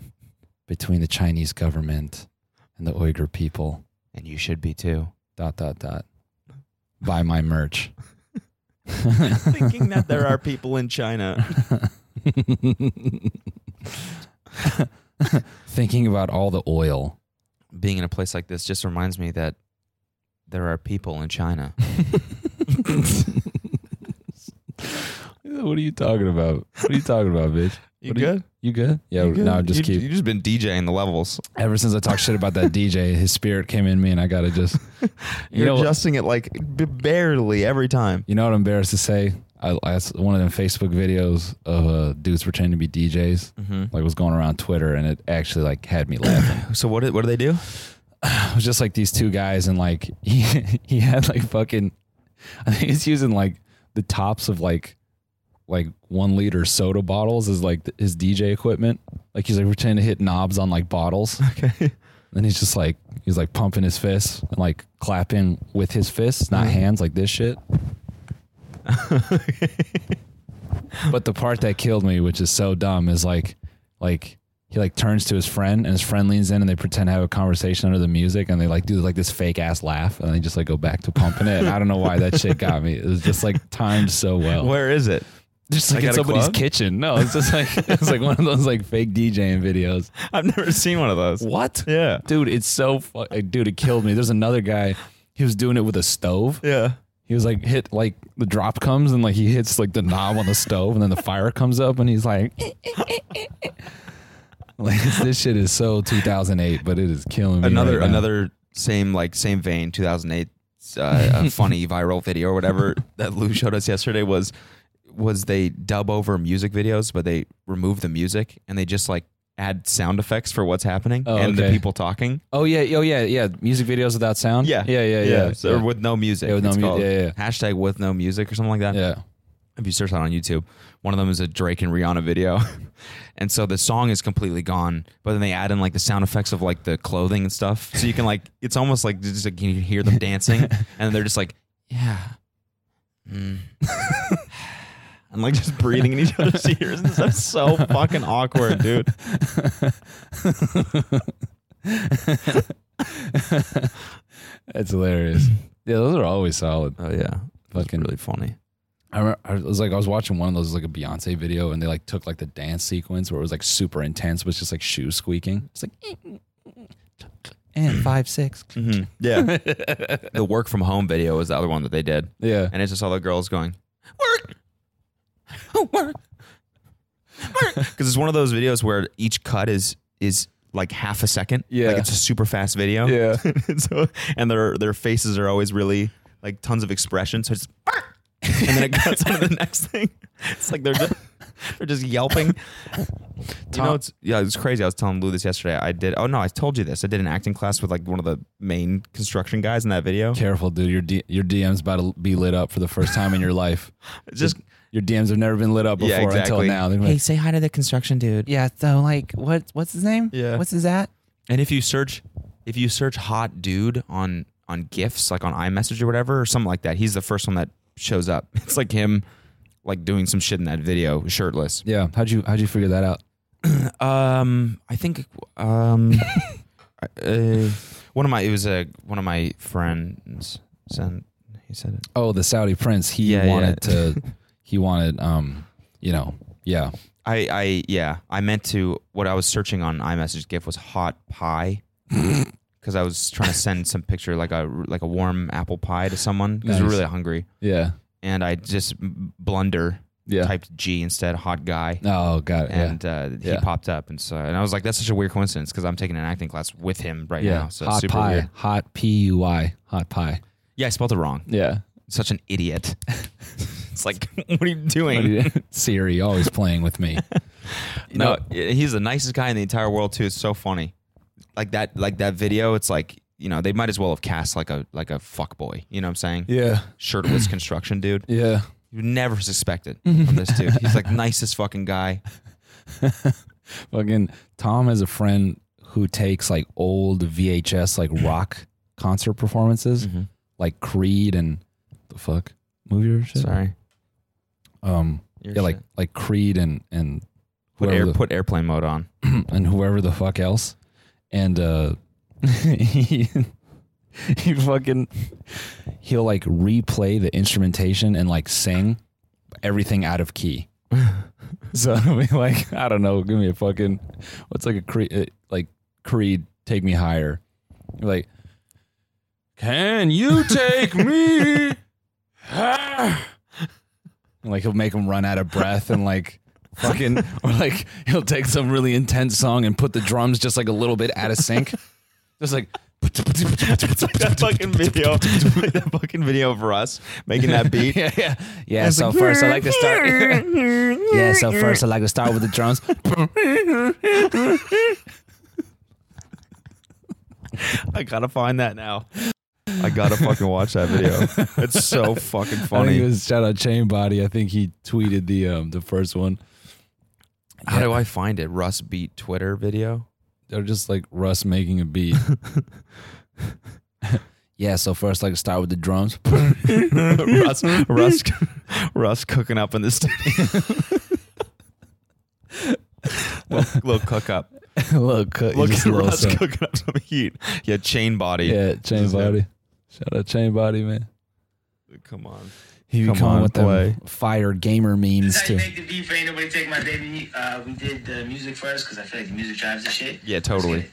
Speaker 2: between the Chinese government and the Uyghur people.
Speaker 1: And you should be too.
Speaker 2: Dot, dot, dot. Buy my merch.
Speaker 1: Thinking that there are people in China.
Speaker 2: Thinking about all the oil.
Speaker 1: Being in a place like this just reminds me that there are people in China.
Speaker 2: what are you talking about? What are you talking about, bitch?
Speaker 1: You
Speaker 2: What are you- You good? Yeah.
Speaker 4: You good?
Speaker 2: No, just
Speaker 1: you,
Speaker 2: keep.
Speaker 1: you just been DJing the levels.
Speaker 2: Ever since I talked shit about that DJ, his spirit came in me, and I gotta just. You
Speaker 1: You're
Speaker 2: know,
Speaker 1: adjusting it like b- barely every time.
Speaker 2: you know what I'm embarrassed to say? I, I s- one of them Facebook videos of uh, dudes pretending to be DJs, like was going around Twitter, and it actually like had me laughing.
Speaker 1: So what? do- What do they do?
Speaker 2: it was just like these two guys and like he he had like fucking I think he's using like the tops of like like one liter soda bottles as like th- his DJ equipment. Like he's like pretending to hit knobs on like bottles. Okay. Then he's just like he's like pumping his fists and like clapping with his fists, not hands like this shit. but the part that killed me, which is so dumb, is like like he like turns to his friend and his friend leans in and they pretend to have a conversation under the music and they like do like this fake ass laugh and they just like go back to pumping it. And I don't know why that shit got me. It was just like timed so well.
Speaker 1: Where is it?
Speaker 2: Just like
Speaker 1: Like
Speaker 2: in
Speaker 1: at a
Speaker 2: somebody's
Speaker 1: club?
Speaker 2: kitchen. No, it's just like it's like one of those like fake DJing videos.
Speaker 1: I've never seen one of those.
Speaker 2: What?
Speaker 1: Yeah.
Speaker 2: Dude, it's so fu- like, dude, it killed me. There's another guy, he was doing it with a stove.
Speaker 1: Yeah.
Speaker 2: He was like hit like the drop comes and like he hits like the knob on the stove and then the fire comes up and he's like Like this shit is so 2008, but it is killing me.
Speaker 1: another
Speaker 2: right now.
Speaker 1: another same like same vein 2008 uh, a funny viral video or whatever that Lou showed us yesterday was was they dub over music videos but they remove the music and they just like add sound effects for what's happening
Speaker 2: Oh,
Speaker 1: and the
Speaker 2: okay.
Speaker 1: people talking
Speaker 2: Oh yeah, oh yeah, yeah. Music videos without sound. yeah, yeah, yeah.
Speaker 1: so- or with no music
Speaker 2: Yeah, with no
Speaker 1: it's
Speaker 2: mu-
Speaker 1: called.
Speaker 2: yeah, yeah.
Speaker 1: hashtag with no music or something like that
Speaker 2: yeah.
Speaker 1: if you search that on YouTube, one of them is a Drake and Rihanna video. and so the song is completely gone, but then they add in like the sound effects of like the clothing and stuff. So you can like, it's almost like just like you can hear them dancing and they're just like, yeah. Mm. and like just breathing in each other's ears. and stuff. so fucking awkward, dude.
Speaker 2: That's hilarious. Yeah, those are always solid.
Speaker 4: Oh yeah.
Speaker 2: Fucking.
Speaker 1: Really funny.
Speaker 2: I, remember, I was like, I was watching one of those like a Beyonce video, and they like took like the dance sequence where it was like super intense, but it's just like shoes squeaking. It's like
Speaker 3: And five six.
Speaker 1: Mm-hmm. Yeah. the work from home video was the other one that they did.
Speaker 2: yeah,
Speaker 1: And it's just all the girls going, work, oh, work, work. Because it's one of those videos where each cut is is like half a second.
Speaker 2: Yeah.
Speaker 1: Like it's a super fast video.
Speaker 2: yeah.
Speaker 1: And so, and their their faces are always really like tons of expression. So it's "Bark," and then it cuts on to the next thing. It's like they're just they're just yelping. you know, it's yeah, it's crazy. I was telling Lou this yesterday. I did. Oh no, I told you this. I did an acting class with like one of the main construction guys in that video.
Speaker 2: Careful, dude. Your D- your DM's about to be lit up for the first time in your life.
Speaker 1: Just
Speaker 2: Your DMs have never been lit up before
Speaker 1: Yeah, exactly.
Speaker 2: until now. They're like,
Speaker 3: say hi to the construction dude. Yeah. So like, what? What's his name?
Speaker 1: Yeah.
Speaker 3: What's his at?
Speaker 1: And if you search, if you search "hot dude" on on gifs, like on iMessage or whatever, or something like that, he's the first one that shows up. It's like him, like doing some shit in that video, shirtless.
Speaker 2: yeah. How'd you how'd you figure that out?
Speaker 1: Um, I think um, uh, one of my it was a one of my friends sent he said it.
Speaker 2: Oh, the Saudi prince. He
Speaker 1: Yeah,
Speaker 2: wanted to. He wanted, um, you know, yeah.
Speaker 1: I I yeah, I meant to. What I was searching on iMessage gif was "hot pie." Because I was trying to send some picture like a like a warm apple pie to someone because we're
Speaker 2: Nice.
Speaker 1: really hungry.
Speaker 2: Yeah.
Speaker 1: and I just m- blunder
Speaker 2: Yeah.
Speaker 1: typed G instead, hot guy,
Speaker 2: Oh, got it. Yeah.
Speaker 1: and uh, he
Speaker 2: Yeah.
Speaker 1: popped up, and so and I was like, that's such a weird coincidence because I'm taking an acting class with him right
Speaker 2: yeah.
Speaker 1: now, so it's
Speaker 2: hot
Speaker 1: super
Speaker 2: pie.
Speaker 1: weird.
Speaker 2: Hot P U I. Hot pie.
Speaker 1: Yeah, I spelled it wrong.
Speaker 2: Yeah.
Speaker 1: Such an idiot. it's like, what are you doing?
Speaker 2: Siri always playing with me.
Speaker 1: no, he's the nicest guy in the entire world too. It's so funny. Like that, like that video. It's like you know they might as well have cast like a like a fuck boy. You know what I'm saying?
Speaker 2: Yeah.
Speaker 1: Shirtless construction dude.
Speaker 2: Yeah.
Speaker 1: You never suspect it from this dude. He's like nicest fucking guy.
Speaker 2: Fucking Tom has a friend who takes like old VHS like rock concert
Speaker 1: Mm.
Speaker 2: performances, like Creed and the fuck movie or shit.
Speaker 1: Sorry.
Speaker 2: Um, yeah, like like Creed and and
Speaker 1: put,
Speaker 2: whoever
Speaker 1: air,
Speaker 2: the-
Speaker 1: put airplane mode on.
Speaker 2: and whoever the fuck else. And uh he, he fucking he'll like replay the instrumentation and like sing everything out of key. so it'll be like, I don't know, give me a fucking what's like a Creed uh, like Creed take me higher. You're like can you take me? higher?" And, like he'll make him run out of breath and like fucking or like he'll take some really intense song and put the drums just like a little bit out of sync. Just like
Speaker 1: that fucking video, that fucking video for us making that beat.
Speaker 2: yeah, yeah. Yeah, so first I like to start Yeah, so first I like to start with the drums.
Speaker 1: I gotta find that now. I gotta fucking watch that video. It's so fucking
Speaker 2: I think it
Speaker 1: funny.
Speaker 2: was shout out Chain Body. I think he tweeted the um the first one.
Speaker 1: How do I find it? Russ beat Twitter video.
Speaker 2: They're just like Russ making a beat. yeah, so first I like to start with the drums.
Speaker 1: Russ, Russ, Russ cooking up in the studio. little, little cook up.
Speaker 2: look,
Speaker 1: Look at Russ cooking up some heat. Yeah, chain body.
Speaker 2: Yeah, Chain
Speaker 1: Just, yeah.
Speaker 2: Body. Shout out Chain Body, man.
Speaker 1: Come on.
Speaker 2: He
Speaker 1: Come
Speaker 2: be coming
Speaker 1: on,
Speaker 2: with
Speaker 1: play.
Speaker 2: them fire gamer memes
Speaker 5: This is
Speaker 2: too.
Speaker 5: how you make the beat for Ain't Nobody Take My Baby. Uh, we did the music first because I feel like the music drives the shit.
Speaker 1: Yeah, totally.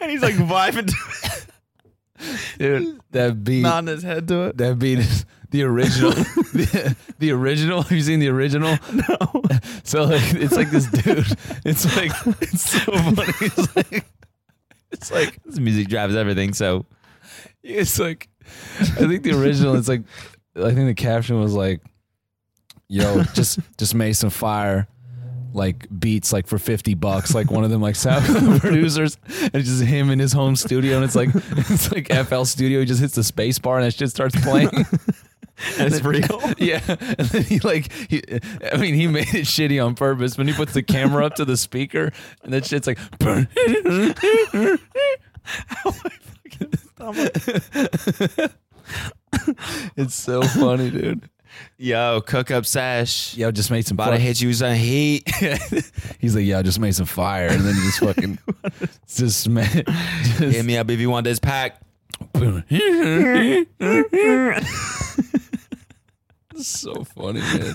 Speaker 1: and he's like vibing to
Speaker 2: Dude, that beat,
Speaker 1: nodding his head to it.
Speaker 2: that beat is the original. the, the original. Have you seen the original? No. So like, it's like this dude. It's like it's so funny. It's like
Speaker 1: It's like this music drives everything. So
Speaker 2: it's like I think the original it's like I think the caption was like yo just just made some fire like beats like for 50 bucks like one of them like sound producers and it's just him in his home studio and it's like it's like FL studio he just hits the space bar and that shit starts playing
Speaker 1: and it's real.
Speaker 2: yeah and then he like he, I mean he made it shitty on purpose when he puts the camera up to the speaker and that shit's like it's so funny dude
Speaker 1: Yo, cook up sesh.
Speaker 2: yo just made some
Speaker 1: About to hit you with some heat.
Speaker 2: He's like, yeah, I just made some fire, and then he just fucking just man,
Speaker 1: Hit me up if you want this pack.
Speaker 2: so funny, man.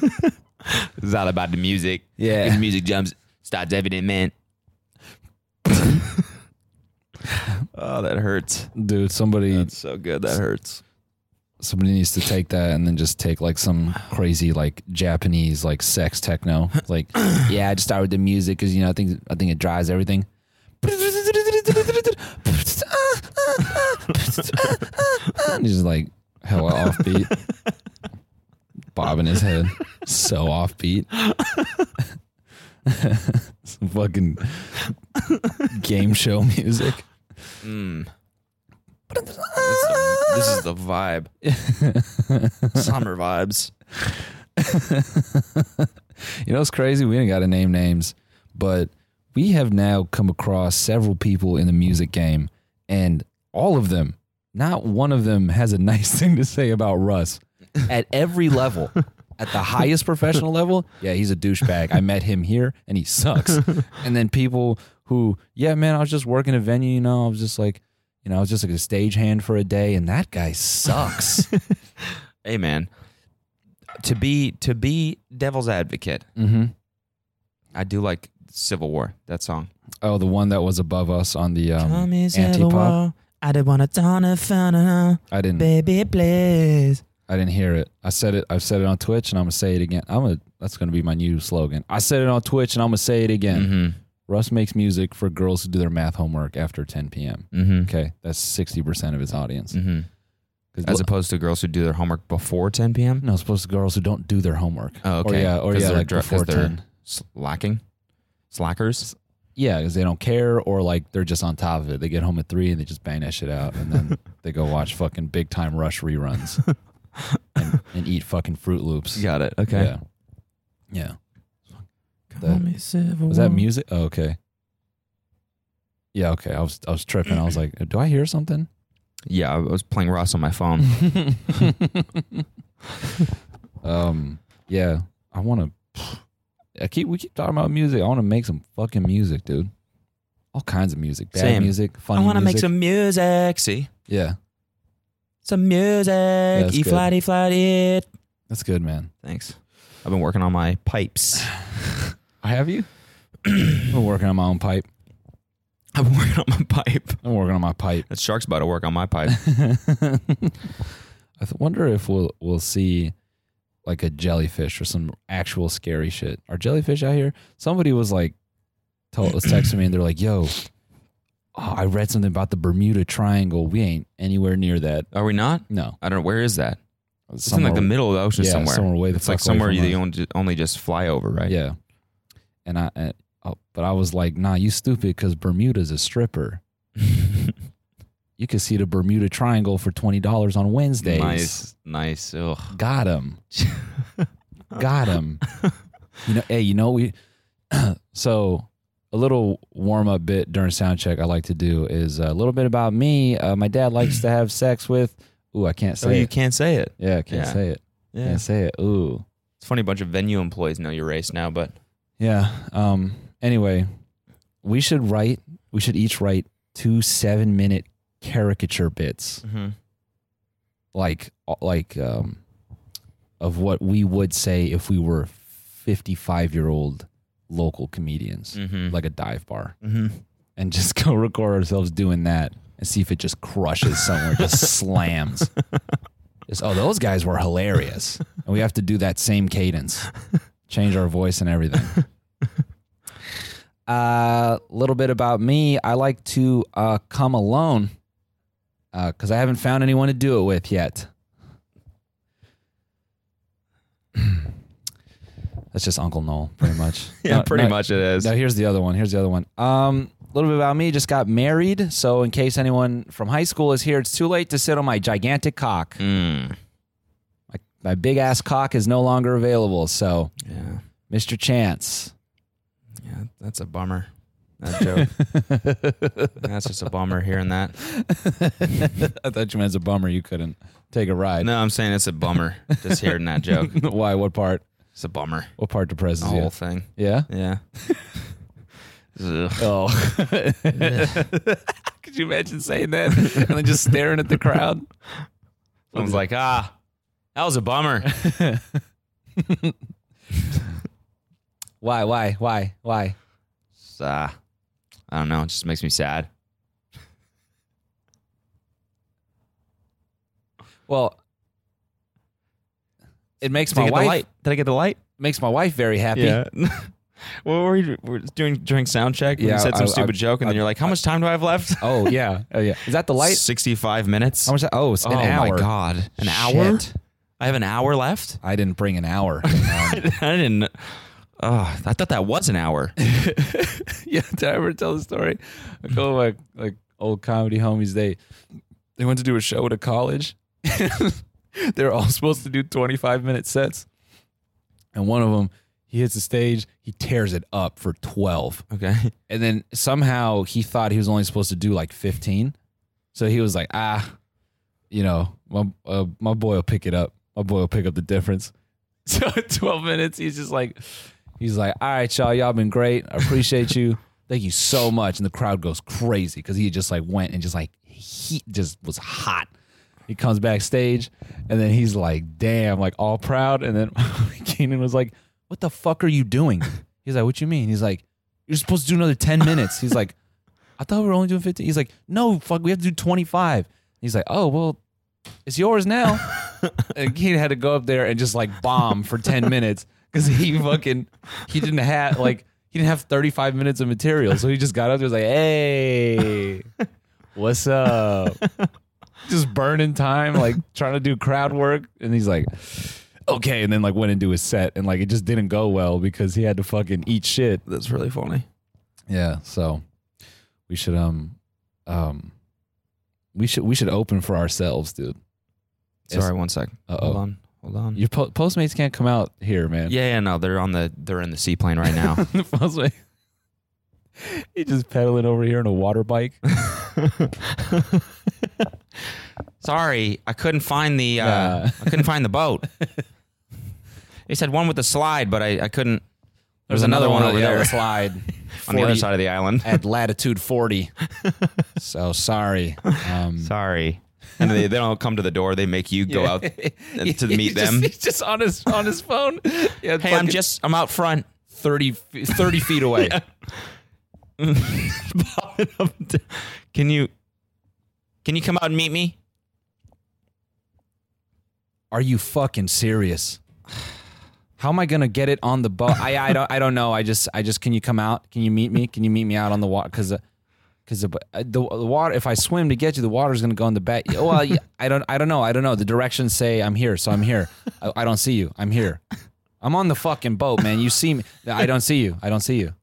Speaker 1: It's all about the music.
Speaker 2: Yeah.
Speaker 1: His music jumps, starts everything, man. oh, that hurts.
Speaker 2: Dude, somebody
Speaker 1: That's so good. That hurts.
Speaker 2: somebody needs to take that and then just take like some crazy like Japanese like sex techno. Like, yeah, I just start with the music because you know I think I think it drives everything. And he's just like hella offbeat, bobbing his head, so offbeat. some fucking game show music.
Speaker 1: Mm. This is the vibe. Summer vibes.
Speaker 2: You know, it's crazy. We didn't got to name names, but we have now come across several people in the music game, and all of them, not one of them has a nice thing to say about Russ at every level. At the highest professional level, yeah, he's a douchebag. I met him here and he sucks. And then people who, yeah, man, I was just working a venue, you know, I was just like, you know, I was just like a stagehand for a day and that guy sucks.
Speaker 1: Hey, man. To be to be devil's advocate,
Speaker 2: mm-hmm.
Speaker 1: I do like Civil War. That song.
Speaker 2: Oh, the one that was above us on the um, anti
Speaker 6: Civil
Speaker 2: pop.
Speaker 6: War. I don't wanna turn a fan
Speaker 3: uh,
Speaker 6: on
Speaker 2: I didn't.
Speaker 6: baby please.
Speaker 2: I didn't hear it. I said it. I've said it on Twitch, and I'm gonna say it again. I'm gonna. That's gonna be my new slogan. I said it on Twitch, and I'm gonna say it again.
Speaker 1: Mm-hmm.
Speaker 2: Russ makes music for girls who do their math homework after 10 p.m.
Speaker 1: Mm-hmm.
Speaker 2: Okay, that's 60 percent of his audience.
Speaker 1: Mm-hmm.
Speaker 2: 'Cause
Speaker 1: As
Speaker 2: lo-
Speaker 1: opposed to girls who do their homework before 10 p.m.
Speaker 2: no, it's supposed to girls who don't do their homework.
Speaker 1: Oh, okay.
Speaker 2: Or yeah, or
Speaker 1: 'Cause
Speaker 2: yeah,
Speaker 1: they're
Speaker 2: like
Speaker 1: dr- 'cause
Speaker 2: before
Speaker 1: they're
Speaker 2: 10.
Speaker 1: slacking, slackers.
Speaker 2: Yeah, because they don't care, or like they're just on top of it. They get home at three and they just bang that shit out, and then they go watch fucking big time rush reruns and, and eat fucking Fruit Loops.
Speaker 1: Got it. Okay.
Speaker 2: Yeah. Yeah. That-
Speaker 6: Call me Civil
Speaker 2: Was that
Speaker 6: War.
Speaker 2: music? Oh, okay. Yeah, okay. I was I was tripping. I was like, do I hear something?
Speaker 1: Yeah, I was playing Russ on my phone.
Speaker 2: um, yeah. I want to. I keep we keep talking about music. I want to make some fucking music, dude. All kinds of music, bad
Speaker 1: Same.
Speaker 2: music, funny.
Speaker 6: I
Speaker 2: want to
Speaker 6: make some music.
Speaker 1: See,
Speaker 2: Yeah,
Speaker 6: Some music.
Speaker 2: that's
Speaker 6: e
Speaker 2: good.
Speaker 6: flat, e flat, it.
Speaker 2: that's good, man.
Speaker 1: thanks. I've been working on my pipes.
Speaker 2: Have you? I'm working on my own pipe.
Speaker 1: I'm working on my pipe.
Speaker 2: I'm working on my pipe.
Speaker 1: That shark's about to work on my pipe.
Speaker 2: I th- wonder if we'll we'll see like a jellyfish or some actual scary shit. Are jellyfish out here? Somebody was like, told, was texting me, and they're like, "Yo, oh, I read something about the Bermuda Triangle. We ain't anywhere near that.
Speaker 1: Are we not?
Speaker 2: No,
Speaker 1: I don't. Where is that?
Speaker 2: it's
Speaker 1: It's in like the middle of the ocean
Speaker 2: yeah,
Speaker 1: somewhere.
Speaker 2: somewhere way the
Speaker 1: it's like
Speaker 2: fuck away
Speaker 1: somewhere
Speaker 2: from
Speaker 1: you
Speaker 2: us.
Speaker 1: only, only just fly over, right?
Speaker 2: Yeah, and I, and, oh, but I was like, "Nah, you stupid, because Bermuda's a stripper." You could see the Bermuda Triangle for twenty dollars on Wednesdays.
Speaker 1: Nice, nice. Ugh.
Speaker 2: Got him. Got him. You know, hey, you know we. so, a little warm up bit during sound check I like to do is a little bit about me. Uh, my dad likes to have sex with. Ooh, I can't
Speaker 1: So
Speaker 2: say.
Speaker 1: Oh, you
Speaker 2: it.
Speaker 1: can't say it.
Speaker 2: Yeah, I can't
Speaker 1: yeah.
Speaker 2: say it.
Speaker 1: Yeah.
Speaker 2: Can't say it. Ooh.
Speaker 1: It's funny. A bunch of venue employees know your race now, but
Speaker 2: Yeah. Um. Anyway, we should write. We should each write two seven-minute caricature bits. like like um of what we would say if we were 55 year old local comedians
Speaker 1: Mhm.
Speaker 2: like a dive bar
Speaker 1: Mm-hmm.
Speaker 2: and just go record ourselves doing that and see if it just crushes somewhere just slams Just, oh those guys were hilarious and we have to do that same cadence change our voice and everything a little bit about me i like to uh, come alone because i haven't found anyone to do it with yet that's just uncle noel pretty much
Speaker 1: yeah,
Speaker 2: No,
Speaker 1: pretty
Speaker 2: no,
Speaker 1: much it is.
Speaker 2: no, here's the other one. Here's the other one. Um, a little bit about me. Just got married, so in case anyone from high school is here, it's too late to sit on my gigantic cock.
Speaker 1: Mm.
Speaker 2: My big ass cock is no longer available. So,
Speaker 1: Yeah,
Speaker 2: Mr. Chance,
Speaker 1: yeah. That's a bummer. That joke. that's just a bummer hearing that.
Speaker 2: I thought you meant as a bummer you couldn't take a ride.
Speaker 1: No, I'm saying it's a bummer just hearing that joke.
Speaker 2: Why? What part?
Speaker 1: It's a bummer.
Speaker 2: What part depresses
Speaker 1: The whole
Speaker 2: you?
Speaker 1: thing.
Speaker 2: Yeah.
Speaker 1: Yeah. Ugh.
Speaker 2: Oh. Could you imagine saying that and then just staring at the crowd?
Speaker 1: I was like, ah, that was a bummer.
Speaker 2: Why? Why? Why? Why?
Speaker 1: It's, uh, I don't know. It just makes me sad.
Speaker 2: Well, it makes
Speaker 1: Did I
Speaker 2: my
Speaker 1: get the
Speaker 2: wife
Speaker 1: light? Did I get the light?
Speaker 2: makes my wife very happy.
Speaker 1: Yeah. well, were you were you doing during sound check? when
Speaker 2: Yeah,
Speaker 1: you said some
Speaker 2: I-
Speaker 1: stupid
Speaker 2: I-
Speaker 1: joke, and then you're like, "How much time do I have left?"
Speaker 2: Oh yeah. Oh yeah. Is that the light?
Speaker 1: Sixty-five minutes.
Speaker 2: How much? Oh, it's an
Speaker 1: oh
Speaker 2: hour.
Speaker 1: my god, an hour!
Speaker 2: Shit.
Speaker 1: I have an hour left.
Speaker 2: I didn't bring an hour.
Speaker 1: I didn't. Oh, I thought that was an hour.
Speaker 2: yeah. Did I ever tell the story? I go like like old comedy homies. They they went to do a show at a college. they were all supposed to do twenty five minute sets, and one of them he hits the stage. He tears it up for twelve.
Speaker 1: Okay.
Speaker 2: and then somehow he thought he was only supposed to do like 15 so he was like ah you know my uh, my boy will pick it up my boy will pick up the difference so at 12 minutes he's just like he's like all right y'all y'all been great i appreciate you thank you so much and the crowd goes crazy because he just like went and just like he just was hot he comes backstage and then he's like damn like all proud and then keenan was like what the fuck are you doing he's like what you mean he's like you're supposed to do another 10 minutes. He's like, I thought we were only doing 15. He's like, no, fuck, we have to do 25. He's like, oh, well, it's yours now. and he had to go up there and just like bomb for 10 minutes because he fucking, he didn't have like, he didn't have 35 minutes of material. So he just got up there and was like, hey, what's up? just burning time, like trying to do crowd work. And he's like, okay. And then like went into his set and like it just didn't go well because he had to fucking eat shit.
Speaker 1: That's really funny.
Speaker 2: Yeah, so we should um um we should we should open for ourselves, dude.
Speaker 1: Sorry, one sec.
Speaker 2: Uh
Speaker 1: Hold
Speaker 2: oh.
Speaker 1: on. Hold on.
Speaker 2: Your po- Postmates can't come out here, man.
Speaker 1: yeah, yeah, no, they're on the they're in the seaplane right now.
Speaker 2: Postmate. He just pedaling over here on a water bike.
Speaker 1: Sorry, I couldn't find the uh,
Speaker 2: Nah.
Speaker 1: I couldn't find the boat. They said one with the slide, but I, I couldn't. There's, another, one over
Speaker 2: the
Speaker 1: there
Speaker 2: other slide
Speaker 1: on the other
Speaker 2: 40
Speaker 1: side of the island.
Speaker 2: at latitude forty. so sorry. Um,
Speaker 1: Sorry. And they, they don't come to the door. They make you go out and to
Speaker 2: he
Speaker 1: meet
Speaker 2: just-
Speaker 1: them.
Speaker 2: He's just on his on his phone. Yeah,
Speaker 1: Hey, I'm
Speaker 2: fucking-
Speaker 1: just I'm out front.
Speaker 2: 30, fe- 30 feet away.
Speaker 1: Popping up and down. can you can you come out and meet me?
Speaker 2: Are you fucking serious? How am I gonna get it on the boat? I I don't I don't know. I just I just can you come out? Can you meet me? Can you meet me out on the water? Because because the, uh, the the water if I swim to get you, the water's gonna go in the back. Well, yeah, I don't I don't know. I don't know. The directions say I'm here, so I'm here. I, I don't see you. I'm here. I'm on the fucking boat, man. You see me? I don't see you. I don't see you.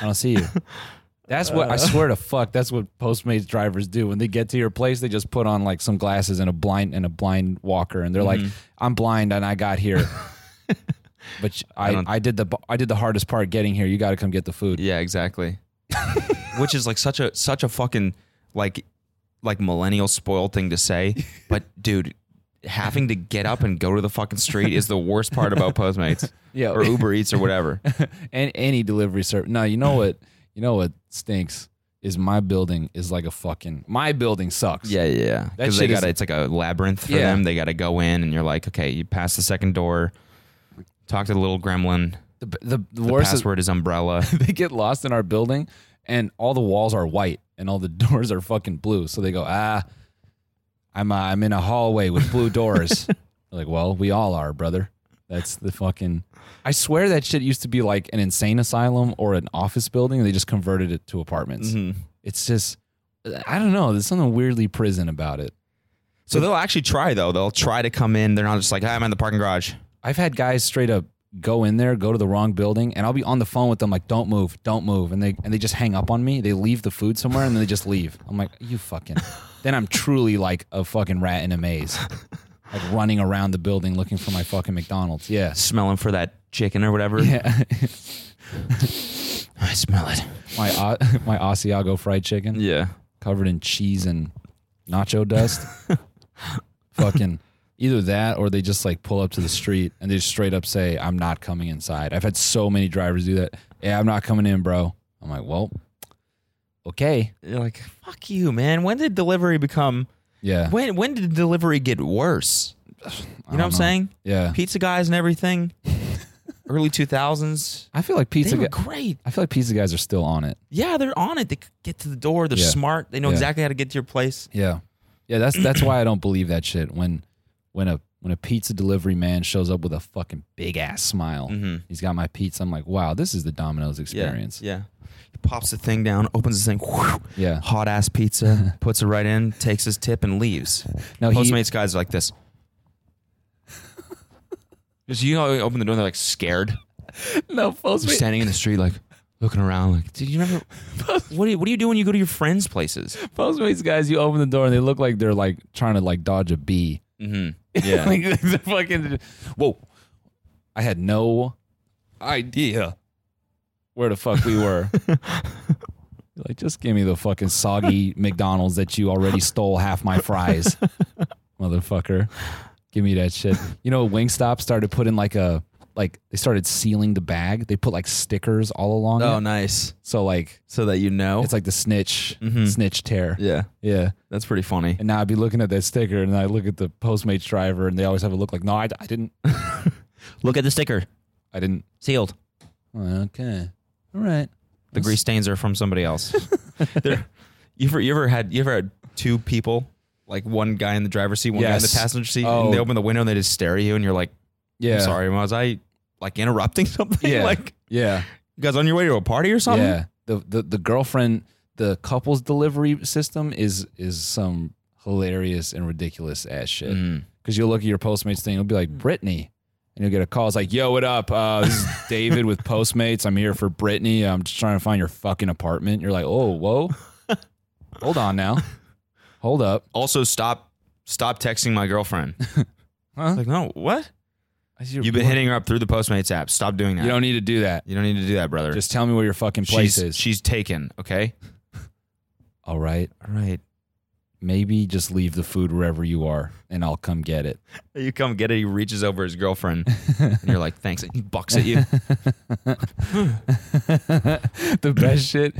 Speaker 2: I don't see you. That's what I swear to fuck. That's what Postmates drivers do when they get to your place. They just put on like some glasses and a blind and a blind walker, and they're like,
Speaker 1: Mm-hmm.
Speaker 2: "I'm blind and I got here." but I, I,
Speaker 1: don't-
Speaker 2: did the I did the hardest part getting here. You got to come get the food.
Speaker 1: Yeah, exactly. Which is like such a such a fucking like like millennial spoiled thing to say, but dude, having to get up and go to the fucking street is the worst part about Postmates.
Speaker 2: Oh, Yeah.
Speaker 1: or Uber Eats or whatever.
Speaker 2: and any delivery service. No, you know what? You know what stinks is my building is like a fucking my building sucks.
Speaker 1: Yeah, yeah, yeah.
Speaker 2: That
Speaker 1: Because they
Speaker 2: shit is-
Speaker 1: got it's like a labyrinth for
Speaker 2: Yeah.
Speaker 1: them. They got to go in, and you're like, okay, you pass the second door, talk to the little gremlin.
Speaker 2: The the,
Speaker 1: The
Speaker 2: the, worst is
Speaker 1: password is umbrella.
Speaker 2: they get lost in our building, and all the walls are white and all the doors are fucking blue. So they go ah. I'm uh, I'm in a hallway with blue doors. like, well, we all are, brother. That's the fucking. I swear that shit used to be like an insane asylum or an office building. And they just converted it to apartments. It's just, I don't know. There's something weirdly prison about it.
Speaker 1: So they'll actually try though. They'll try to come in. They're not just like, "Hi, I'm in the parking garage.
Speaker 2: I've had guys straight up go in there, go to the wrong building, and I'll be on the phone with them like, "Don't move, don't move," and they and they just hang up on me. They leave the food somewhere and then they just leave. I'm like, "You fucking." then I'm truly like a fucking rat in a maze, like running around the building looking for my fucking McDonald's. Yeah,
Speaker 1: Smelling for that chicken or whatever.
Speaker 2: yeah.
Speaker 1: I smell it.
Speaker 2: my uh, my Asiago fried chicken
Speaker 1: Yeah.
Speaker 2: covered in cheese and nacho dust. fucking. Either that or they just like pull up to the street and they just straight up say, I'm not coming inside. I've had so many drivers do that. Yeah, I'm not coming in, bro. I'm like, well, okay.
Speaker 1: You're like, fuck you, man. When did delivery become?
Speaker 2: Yeah.
Speaker 1: When when did delivery get worse? You know what I'm
Speaker 2: know.
Speaker 1: saying?
Speaker 2: Yeah.
Speaker 1: Pizza guys and everything. Early 2000s.
Speaker 2: I feel like
Speaker 1: They
Speaker 2: pizza
Speaker 1: were
Speaker 2: guy,
Speaker 1: great.
Speaker 2: I feel like pizza guys are still on it.
Speaker 1: Yeah, they're on it. They c- get to the door. They're
Speaker 2: Yeah.
Speaker 1: smart. They know
Speaker 2: Yeah.
Speaker 1: exactly how to get to your place.
Speaker 2: Yeah. Yeah, that's that's why I don't believe that shit. When when a when a pizza delivery man shows up with a fucking big ass smile,
Speaker 1: Mm-hmm.
Speaker 2: he's got my pizza. I'm like, wow, this is the Domino's experience.
Speaker 1: Yeah. He pops the thing down, opens the thing, whew,
Speaker 2: Yeah.
Speaker 1: hot ass pizza, puts it right in, takes his tip, and leaves.
Speaker 2: No, he-
Speaker 1: Postmates guys are like this. Just you know, they open the door, and they're like scared.
Speaker 2: No,
Speaker 1: They're standing in the street, like looking around, like, did you remember? What do you, what do you do when you go to your friends' places?
Speaker 2: Postmates guys, you open the door and they look like they're like trying to like dodge a bee.
Speaker 1: Mm-hmm. Yeah.
Speaker 2: like they're fucking. Whoa, I had no idea where the fuck we were. like, just give me the fucking soggy McDonald's that you already stole half my fries, motherfucker. Give me that shit. You know, Wingstop started putting like a like they started sealing the bag. They put like stickers all along
Speaker 4: Oh,
Speaker 2: it.
Speaker 4: nice.
Speaker 2: So like
Speaker 4: So that you
Speaker 1: Oh.
Speaker 4: know.
Speaker 2: it's like the snitch
Speaker 1: Mhm.
Speaker 2: snitch tear.
Speaker 4: yeah.
Speaker 2: yeah.
Speaker 1: That's pretty funny.
Speaker 2: And now I'd be looking at that sticker and I look at the Postmates driver and they always have a look like, no, I, I didn't.
Speaker 1: Look at the sticker.
Speaker 2: I didn't.
Speaker 1: Sealed.
Speaker 2: Okay. All right.
Speaker 1: The grease stains are from somebody else. They're- you ever you ever had you ever had two people like one guy in the driver's seat, one guy in the
Speaker 2: Yes.
Speaker 1: passenger seat,
Speaker 2: Oh.
Speaker 1: and they open the window and they just stare at you, and you're like,
Speaker 2: Yeah.
Speaker 1: "I'm sorry, was I like interrupting something?
Speaker 2: Yeah.
Speaker 1: like,
Speaker 2: Yeah.
Speaker 1: you guys on your way to a party or something?
Speaker 2: Yeah. The, the, the girlfriend, the couple's delivery system is, is some hilarious and ridiculous ass shit.
Speaker 1: Mm.
Speaker 2: Cause you'll look at your Postmates thing. It'll be like Brittany. And you'll get a call. It's like, yo, what up? Uh, this is David with Postmates. I'm here for Brittany. I'm just trying to find your fucking apartment. You're like, oh, whoa. Hold on now. Hold up.
Speaker 1: Also, stop stop texting my girlfriend.
Speaker 2: Huh?
Speaker 1: Like, no, what? You've been hitting her up through the Postmates app. Stop doing that.
Speaker 2: You don't need to do that.
Speaker 1: You don't need to do that, brother.
Speaker 2: Just tell me where your fucking place
Speaker 1: she's
Speaker 2: is.
Speaker 1: she's taken. Okay.
Speaker 2: All right.
Speaker 1: All right.
Speaker 2: Maybe just leave the food wherever you are and I'll come get it.
Speaker 1: You come get it. He reaches over his girlfriend, and you're like, "Thanks." And he bucks at you.
Speaker 2: the best shit.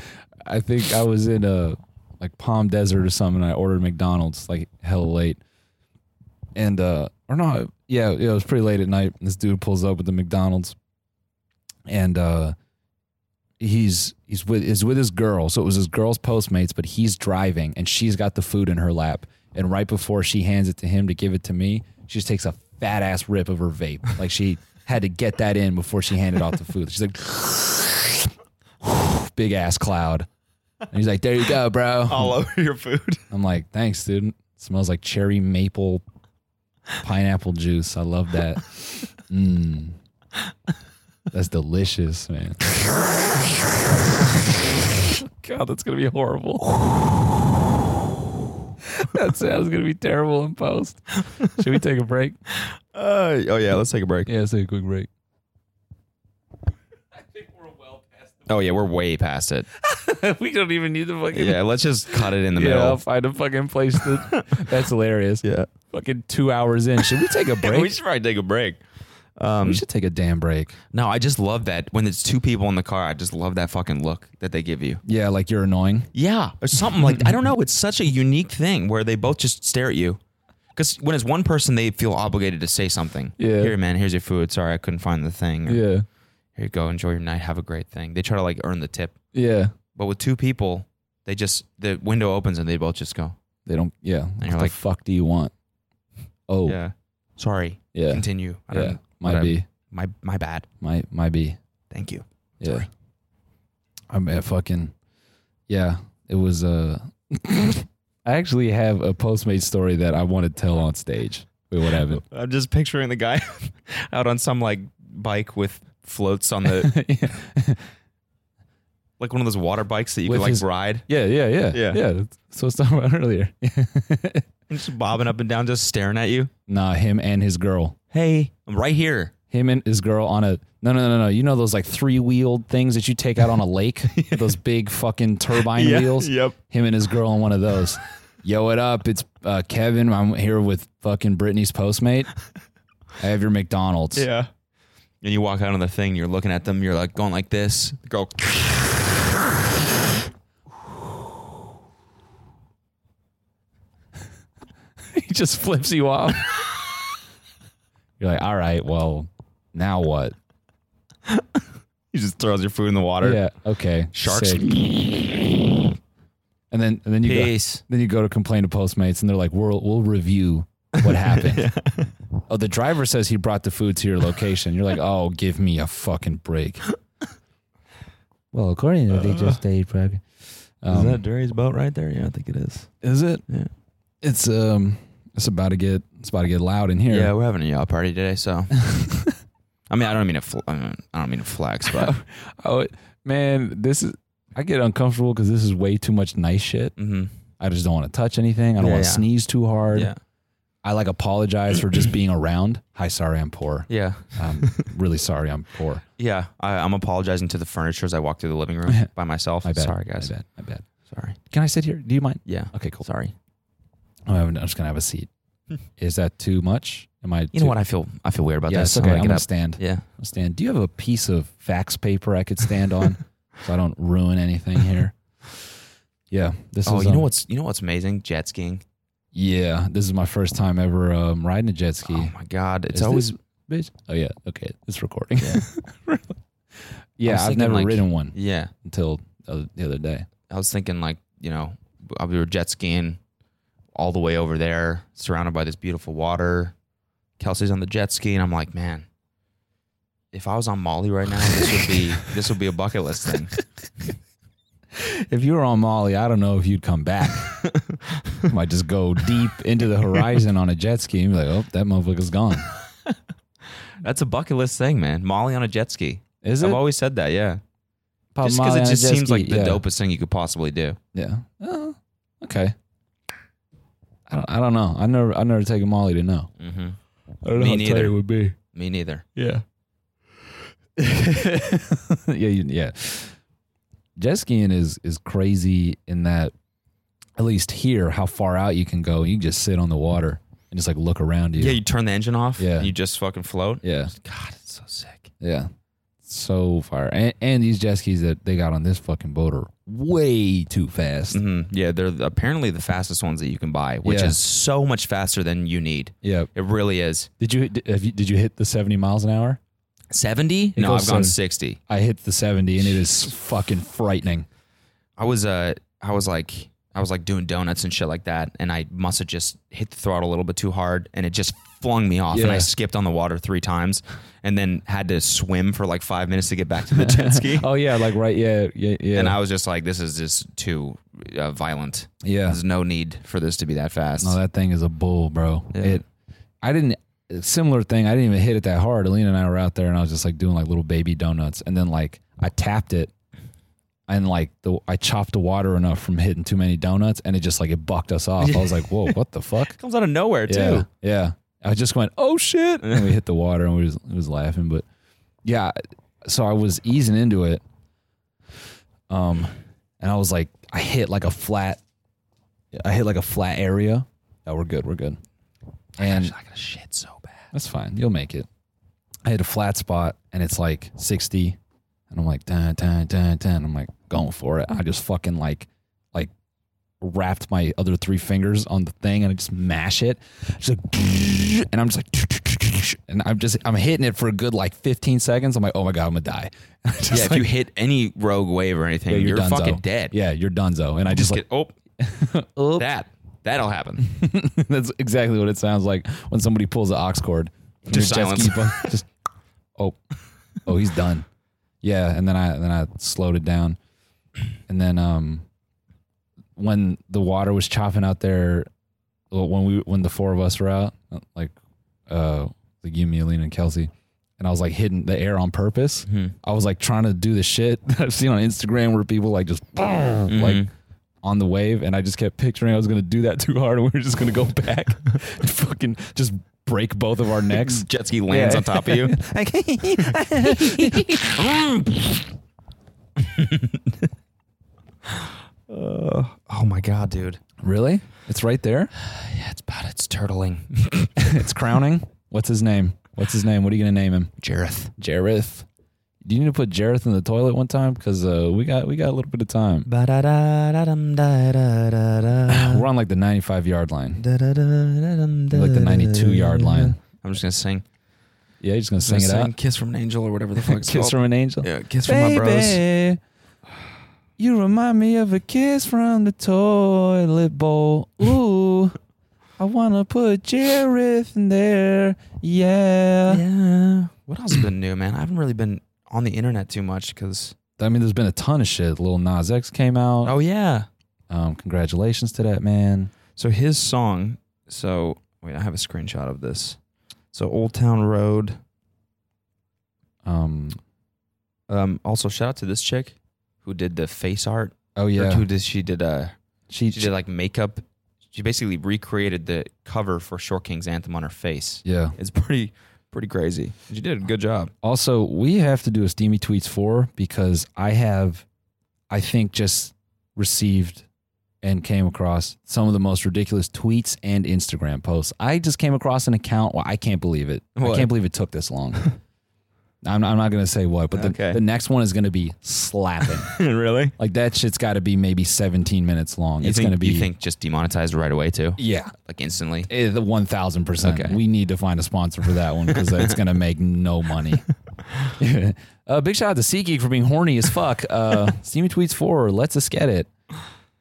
Speaker 2: I think I was in a like Palm Desert or something. And I ordered McDonald's like hell late, and uh or no, yeah, yeah, it was pretty late at night. And this dude pulls up at the McDonald's,
Speaker 3: and uh, he's he's with is with his girl. So it was his girl's Postmates, but he's driving and she's got the food in her lap. And right before she hands it to him to give it to me, she just takes a fat ass rip of her vape. Like she had to get that in before she handed off the food. She's like, big ass cloud. And he's like, there you go, bro.
Speaker 1: all over your food.
Speaker 3: I'm like, thanks, dude. It smells like cherry maple pineapple juice. I love that. Mmm. That's delicious, man. God, that's gonna be horrible. that sounds gonna be terrible in post. Should we take a break?
Speaker 1: Uh, oh yeah, let's take a break.
Speaker 3: Yeah, let's take a quick break.
Speaker 1: Oh yeah, we're way past it.
Speaker 3: we don't even need the fucking
Speaker 1: Yeah, let's just cut it in the
Speaker 3: Yeah, I'll
Speaker 1: middle.
Speaker 3: find a fucking place to That's hilarious.
Speaker 1: Yeah,
Speaker 3: Fucking two hours in. Should we take a break?
Speaker 1: we should probably take a break. Um,
Speaker 3: we should take a damn break.
Speaker 1: no, I just love that when it's two people in the car. I just love that fucking look that they give you.
Speaker 3: Yeah, like you're annoying.
Speaker 1: Yeah, or something like I don't know. It's such a unique thing where they both just stare at you. Because when it's one person, they feel obligated to say something.
Speaker 3: Yeah.
Speaker 1: Here, man. Here's your food. Sorry, I couldn't find the thing. Or,
Speaker 3: Yeah.
Speaker 1: Here you go. Enjoy your night. Have a great thing. They try to like earn the tip.
Speaker 3: Yeah.
Speaker 1: But with two people, they just the window opens and they both just go.
Speaker 3: They don't yeah.
Speaker 1: you're
Speaker 3: what the
Speaker 1: like-
Speaker 3: fuck do you want? Oh yeah.
Speaker 1: Yeah. Sorry.
Speaker 3: Yeah.
Speaker 1: Continue. I don't know.
Speaker 3: Might
Speaker 1: Whatever.
Speaker 3: be.
Speaker 1: My my bad.
Speaker 3: Might might be.
Speaker 1: Thank you.
Speaker 3: Yeah.
Speaker 1: Sorry.
Speaker 3: I'm at fucking Yeah. It was uh I actually have a Postmate story that I want to tell on stage. We would have it.
Speaker 1: I'm just picturing the guy out on some like bike with floats on the like one of those water bikes that you
Speaker 3: With
Speaker 1: can like
Speaker 3: his-
Speaker 1: ride.
Speaker 3: Yeah, yeah, yeah.
Speaker 1: Yeah.
Speaker 3: Yeah. that's- So it's talking about earlier.
Speaker 1: And just bobbing up and down, just staring at you.
Speaker 3: nah, him and his girl.
Speaker 1: Hey, I'm right here.
Speaker 3: Him and his girl on a no no no no. You know those like three wheeled things that you take out on a lake? Those big fucking turbine wheels.
Speaker 1: Yep.
Speaker 3: him and his girl on one of those. Yo, it up. It's uh, Kevin. I'm here with fucking Brittany's Postmate. I have your McDonald's.
Speaker 1: Yeah. And you walk out on the thing, you're looking at them, you're like going like this. The girl
Speaker 3: he just flips you off. You're like, all right, well, now what?
Speaker 1: he just throws your food in the water.
Speaker 3: Yeah, okay.
Speaker 1: Sharks.
Speaker 3: sick. And then and then you go,
Speaker 1: Peace.
Speaker 3: then you go to complain to Postmates, and they're like, we'll we'll review what happened. Oh, the driver says he brought the food to your location. You're like, oh, give me a fucking break.
Speaker 7: Well, according to they just
Speaker 3: Uh.
Speaker 7: stayed probably.
Speaker 3: Um,
Speaker 8: is that Dury's boat right there? Yeah, I think it is.
Speaker 3: Is it?
Speaker 8: Yeah.
Speaker 3: It's um it's about to get it's about to get loud in here.
Speaker 1: Yeah, we're having a yacht party today, so. I mean, I don't mean to. Fl- I, mean, I don't mean to flex, but
Speaker 3: Oh man, this is I get uncomfortable because this is way too much nice shit.
Speaker 1: hmm
Speaker 3: I just don't want to touch anything. I don't
Speaker 1: Yeah,
Speaker 3: want to
Speaker 1: yeah.
Speaker 3: sneeze too hard.
Speaker 1: yeah,
Speaker 3: I like apologize for just being around. Hi, sorry, I'm poor.
Speaker 1: yeah,
Speaker 3: I'm really sorry, I'm poor.
Speaker 1: yeah. I, I'm apologizing to the furniture as I walk through the living room by myself.
Speaker 3: I bet.
Speaker 1: Sorry, guys.
Speaker 3: I bet. I bet.
Speaker 1: Sorry.
Speaker 3: Can I sit here? Do you mind?
Speaker 1: Yeah.
Speaker 3: Okay, cool.
Speaker 1: Sorry.
Speaker 3: I'm, having- I'm just gonna have a seat. is that too much? Am I?
Speaker 1: You know what? I feel. I feel weird about
Speaker 3: Yes.
Speaker 1: this.
Speaker 3: Okay. I'm
Speaker 1: gonna
Speaker 3: gonna
Speaker 1: get
Speaker 3: stand.
Speaker 1: up. Yeah.
Speaker 3: I'll stand. Do you have a piece of fax paper I could stand on so I don't ruin anything here? Yeah, this
Speaker 1: Oh,
Speaker 3: is
Speaker 1: you know
Speaker 3: um,
Speaker 1: what's you know what's amazing? Jet skiing.
Speaker 3: Yeah, this is my first time ever um, riding a jet ski.
Speaker 1: Oh my god, it's
Speaker 3: Is
Speaker 1: always
Speaker 3: this- bitch. Oh yeah, okay, it's recording. Yeah,
Speaker 1: I was
Speaker 3: I've
Speaker 1: thinking,
Speaker 3: never
Speaker 1: like-
Speaker 3: ridden one
Speaker 1: yeah.
Speaker 3: until the other- the other day.
Speaker 1: I was thinking like, you know, I- we were jet skiing all the way over there, surrounded by this beautiful water. Kelsey's on the jet ski, and I'm like, man, if I was on Molly right now, this would be this would be a bucket list thing.
Speaker 3: If you were on Molly, I don't know if you'd come back. Might just go deep into the horizon on a jet ski and be like, "Oh, that motherfucker's gone."
Speaker 1: That's a bucket list thing, man. Molly on a jet ski.
Speaker 3: Is it?
Speaker 1: I've always said that, yeah.
Speaker 3: Pop
Speaker 1: just
Speaker 3: Uh, Molly
Speaker 1: because
Speaker 3: on a
Speaker 1: it just
Speaker 3: jet
Speaker 1: seems
Speaker 3: ski,
Speaker 1: like the
Speaker 3: yeah.
Speaker 1: dopest thing you could possibly do.
Speaker 3: Yeah. Oh, okay. I don't, I don't know. I never I never taken Molly to know.
Speaker 1: hmm
Speaker 3: I don't
Speaker 1: know Me how tight neither. it
Speaker 3: would be.
Speaker 1: Me neither.
Speaker 3: Yeah. yeah. You, yeah. Jet skiing is is crazy in that, at least here, how far out you can go. You can just sit on the water and just like look around you.
Speaker 1: Yeah, you turn the engine off.
Speaker 3: Yeah.
Speaker 1: and you just fucking float.
Speaker 3: Yeah.
Speaker 1: God, it's so sick.
Speaker 3: Yeah. So far, and, and these jet skis that they got on this fucking boat are way too fast.
Speaker 1: hmm Yeah, they're apparently the fastest ones that you can buy, which
Speaker 3: Yeah.
Speaker 1: is so much faster than you need.
Speaker 3: Yeah.
Speaker 1: It really is.
Speaker 3: Did you, did, have you did you hit the seventy miles an hour?
Speaker 1: Seventy? No, I've
Speaker 2: goes
Speaker 1: gone
Speaker 2: 70.
Speaker 1: sixty.
Speaker 2: I hit the 70 and it is fucking frightening.
Speaker 1: I was uh I was like I was like doing donuts and shit like that, and I must have just hit the throttle a little bit too hard, and it just flung me off, and I
Speaker 2: Yeah.
Speaker 1: skipped on the water three times, and then had to swim for like five minutes to get back to the jet ski.
Speaker 2: Oh yeah, like right, yeah, yeah, yeah.
Speaker 1: And I was just like, this is just too uh, violent.
Speaker 2: yeah.
Speaker 1: There's no need for this to be that fast.
Speaker 2: No, that thing is a bull, bro. It. I didn't. Similar thing. I didn't even hit it that hard. Alina and I were out there, and I was just like doing like little baby donuts, and then like I tapped it, and like the I chopped the water enough from hitting too many donuts, and it just like it bucked us off. I was like, whoa, what the fuck?
Speaker 1: comes out of nowhere
Speaker 2: yeah,
Speaker 1: too.
Speaker 2: yeah. I just went, oh shit, and we hit the water, and we was it was laughing, but yeah. So I was easing into it, um, and I was like, I hit like a flat, I hit like a flat area. Oh, we're good, we're good. And
Speaker 1: I got shit so bad.
Speaker 2: that's fine. You'll make it. I hit a flat spot and it's like 60. And I'm like, dun, dun, dun, dun. I'm like, going for it. I just fucking like, like wrapped my other three fingers on the thing and I just mash it. Just like, and I'm just like, and I'm just, I'm hitting it for a good like 15 seconds. I'm like, oh my God, I'm gonna die. Just
Speaker 1: yeah, if
Speaker 2: like,
Speaker 1: you hit any rogue wave or anything,
Speaker 2: yeah,
Speaker 1: you're,
Speaker 2: donezo.
Speaker 1: fucking dead.
Speaker 2: Yeah, you're donezo. And I just,
Speaker 1: Just
Speaker 2: like,
Speaker 1: get oh, that that'll happen.
Speaker 2: That's exactly what it sounds like when somebody pulls the ox cord. from
Speaker 1: Just
Speaker 2: your jet ski
Speaker 1: silence.
Speaker 2: boat. Just oh, oh, he's done. Yeah, and then I then I slowed it down, and then um, when the water was chopping out there, well, when we when the four of us were out, like uh, like you, me, Alina, and Kelsey, and I was like hitting the air on purpose. I was like trying to do the shit that I've seen on Instagram where people like just
Speaker 1: Mm-hmm.
Speaker 2: like on the wave, and I just kept picturing I was gonna do that too hard, and we were just gonna go back, and fucking just break both of our necks.
Speaker 1: Jet ski lands on top of you. oh my god, dude.
Speaker 2: Really? It's right there.
Speaker 1: Yeah, it's bad. It's turtling.
Speaker 2: It's crowning. What's his name? What's his name? What are you gonna name him?
Speaker 1: Jareth.
Speaker 2: Jareth. Do you need to put Jareth in the toilet one time? Because uh, we got we got a little bit of time. We're on like the 95 yard line, like the 92 yard line.
Speaker 1: I'm just gonna sing.
Speaker 2: Yeah, you're just gonna sing it out.
Speaker 4: Kiss from an angel or whatever the fuck. it's
Speaker 2: Kiss
Speaker 4: called.
Speaker 2: from an angel.
Speaker 4: yeah, kiss from my bros.
Speaker 2: Baby, you remind me of a kiss from the toilet bowl. Ooh, I wanna put Jareth in there. Yeah.
Speaker 1: Yeah. What else has been new, man? I haven't really been on the internet too much because.
Speaker 2: I mean, there's been a ton of shit. Lil Nas X came out.
Speaker 1: Oh yeah.
Speaker 2: Um, congratulations to that man.
Speaker 1: So his song. So wait, I have a screenshot of this. So Old Town Road.
Speaker 2: Um,
Speaker 1: Um. Also, shout out to this chick who did the face art.
Speaker 2: oh
Speaker 1: Or
Speaker 2: yeah,
Speaker 1: who did she did uh
Speaker 2: she,
Speaker 1: she did like makeup. She basically recreated the cover for Short King's Anthem on her face.
Speaker 2: yeah.
Speaker 1: It's pretty pretty crazy. She did a good job.
Speaker 2: Also, we have to do a steamy tweets four because I have, I think, just received and came across some of the most ridiculous tweets and Instagram posts. I just came across an account. Well, I can't believe it. I
Speaker 1: What?
Speaker 2: can't believe it took this long. I'm, I'm not going to say what, but the,
Speaker 1: Okay.
Speaker 2: the next one is going to be slapping.
Speaker 1: really?
Speaker 2: like that shit's got to be maybe 17 minutes long.
Speaker 1: You
Speaker 2: it's
Speaker 1: think-
Speaker 2: going to be.
Speaker 1: You think just demonetized right away too?
Speaker 2: Yeah,
Speaker 1: Like instantly.
Speaker 2: eh, the 1000%.
Speaker 1: Okay.
Speaker 2: We need to find a sponsor for that one because it's going to make no money. uh, big shout out to SeatGeek for being horny as fuck. Uh, Steamy Tweets 4, let's us get it.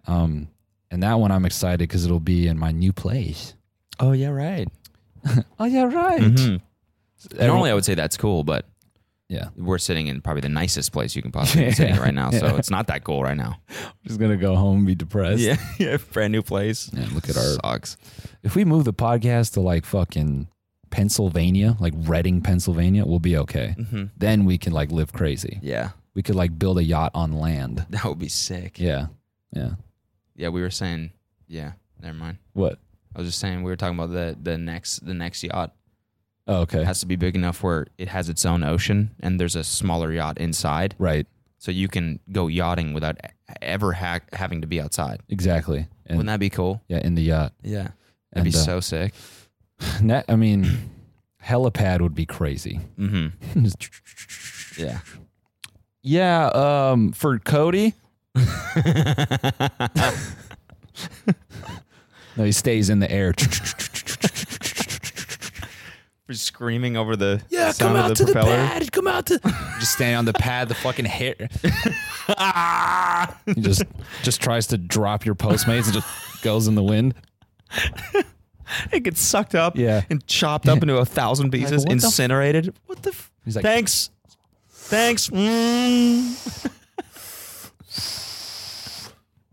Speaker 2: Um, and that one I'm excited because it'll be in my new place.
Speaker 1: Oh yeah, right.
Speaker 2: Oh, yeah, right.
Speaker 1: Mm-hmm. Normally I would say that's cool, but
Speaker 2: Yeah.
Speaker 1: we're sitting in probably the nicest place you can possibly be sitting right now. So it's not that cool right now.
Speaker 2: just going to go home and be depressed.
Speaker 1: yeah, brand new place.
Speaker 2: Man, look at our.
Speaker 1: Sucks.
Speaker 2: If we move the podcast to like fucking Pennsylvania, like Reading, Pennsylvania, we'll be okay. Then we can like live crazy.
Speaker 1: Yeah,
Speaker 2: We could like build a yacht on land.
Speaker 1: that would be sick.
Speaker 2: Yeah. Yeah.
Speaker 1: Yeah, we were saying. Yeah, never mind.
Speaker 2: What?
Speaker 1: I was just saying we were talking about the the next the next yacht
Speaker 2: Oh, okay.
Speaker 1: has to be big enough where it has its own ocean and there's a smaller yacht inside,
Speaker 2: right.
Speaker 1: so you can go yachting without e- ever ha- having to be outside.
Speaker 2: Exactly. And,
Speaker 1: Wouldn't that be cool?
Speaker 2: yeah, in the yacht.
Speaker 1: Yeah, that'd
Speaker 2: And,
Speaker 1: be
Speaker 2: uh,
Speaker 1: so sick.
Speaker 2: Net, I mean, helipad would be crazy.
Speaker 1: Mm-hmm. Yeah.
Speaker 2: yeah. Um, for Cody. no, he stays in the air.
Speaker 1: For screaming over the
Speaker 3: Yeah,
Speaker 1: sound
Speaker 3: come out
Speaker 1: of
Speaker 3: to
Speaker 1: propeller.
Speaker 3: the pad. Come out to. just standing on the pad, the fucking hair. he just just tries to drop your Postmates and just goes in the wind.
Speaker 1: It gets sucked up
Speaker 3: Yeah.
Speaker 1: and chopped up into a thousand pieces,
Speaker 3: what the f-
Speaker 1: incinerated. what the? F-
Speaker 3: He's like-
Speaker 1: thanks, thanks. Mm.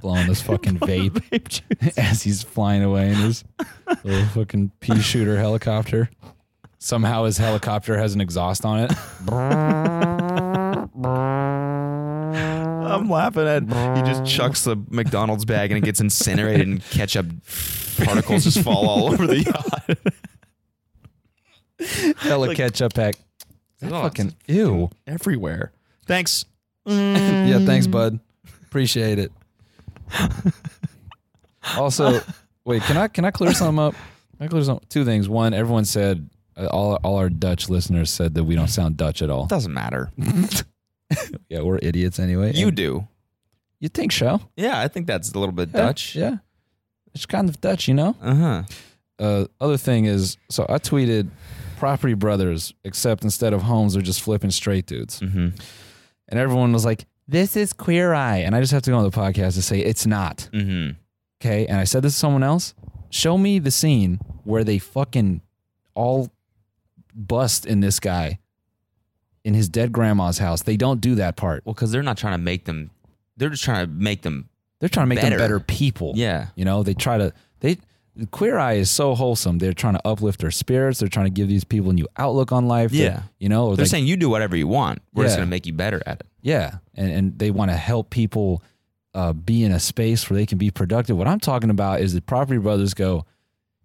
Speaker 3: Blowing this fucking vape
Speaker 1: Vape juice.
Speaker 3: as he's flying away in his little fucking pea shooter helicopter. Somehow his helicopter has an exhaust on it.
Speaker 1: I'm laughing at. He just chucks the McDonald's bag and it gets incinerated, and ketchup particles just fall all over the yacht.
Speaker 3: Hella ketchup pack. That fucking ew.
Speaker 1: everywhere. Thanks.
Speaker 3: yeah, thanks, bud. Appreciate it. also, wait, can I can I clear something up? Can I clear some two things. One, everyone said uh, all all our Dutch listeners said that we don't sound Dutch at all.
Speaker 1: Doesn't matter.
Speaker 3: Yeah, we're idiots anyway.
Speaker 1: You do.
Speaker 3: you think so?
Speaker 1: Yeah, I think that's a little bit
Speaker 3: Yeah,
Speaker 1: Dutch.
Speaker 3: Yeah. It's kind of Dutch, you know?
Speaker 1: Uh huh.
Speaker 3: Uh, other thing is, so I tweeted Property Brothers, except instead of homes, they're just flipping straight dudes.
Speaker 1: Mm-hmm.
Speaker 3: And everyone was like, this is Queer Eye. And I just have to go on the podcast and say, it's not.
Speaker 1: Mm-hmm.
Speaker 3: Okay. And I said this to someone else. Show me the scene where they fucking all bust in this guy in his dead grandma's house. They don't do that part.
Speaker 1: Well, because they're not trying to make them. They're just trying to make them.
Speaker 3: They're trying to make
Speaker 1: Better.
Speaker 3: them better people.
Speaker 1: Yeah.
Speaker 3: You know, they try to they Queer Eye is so wholesome. They're trying to uplift their spirits. They're trying to give these people a new outlook on life. They-
Speaker 1: Yeah.
Speaker 3: you know, or
Speaker 1: They're
Speaker 3: like-
Speaker 1: saying you do whatever you want. We're just
Speaker 3: Yeah.
Speaker 1: gonna make you better at it.
Speaker 3: yeah, and, and they want to help people uh, be in a space where they can be productive. What I'm talking about is the Property Brothers go,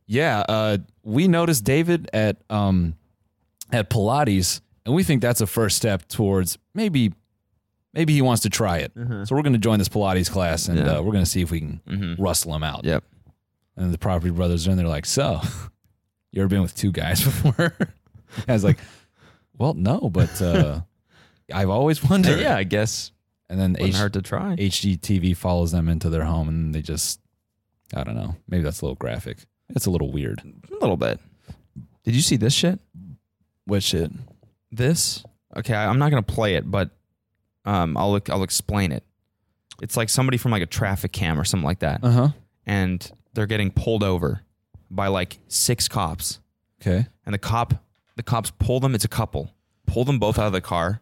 Speaker 3: yeah, uh, we noticed David at um, at Pilates, and we think that's a first step towards maybe maybe he wants to try it. So we're going to join this Pilates class, and
Speaker 1: Mm-hmm. Yeah.
Speaker 3: uh, we're going to see if we can
Speaker 1: Mm-hmm.
Speaker 3: rustle him out.
Speaker 1: Yep.
Speaker 3: And the property brothers are in there like, so you ever been with two guys before? I was like, well, no, but uh, I've always wondered.
Speaker 1: Yeah, I guess.
Speaker 3: And then H-
Speaker 1: Wouldn't hurt to try.
Speaker 3: HGTV follows them into their home and they just, I don't know. Maybe that's a little graphic. It's a little weird.
Speaker 1: A little bit. Did you see this shit?
Speaker 3: What shit?
Speaker 1: This? Okay, I, I'm not gonna play it, but um, I'll look. I'll explain it. It's like somebody from like a traffic cam or something like that,
Speaker 3: Uh huh.
Speaker 1: and they're getting pulled over by like six cops.
Speaker 3: Okay.
Speaker 1: and the cop the cops pull them it's a couple pull them both out of the car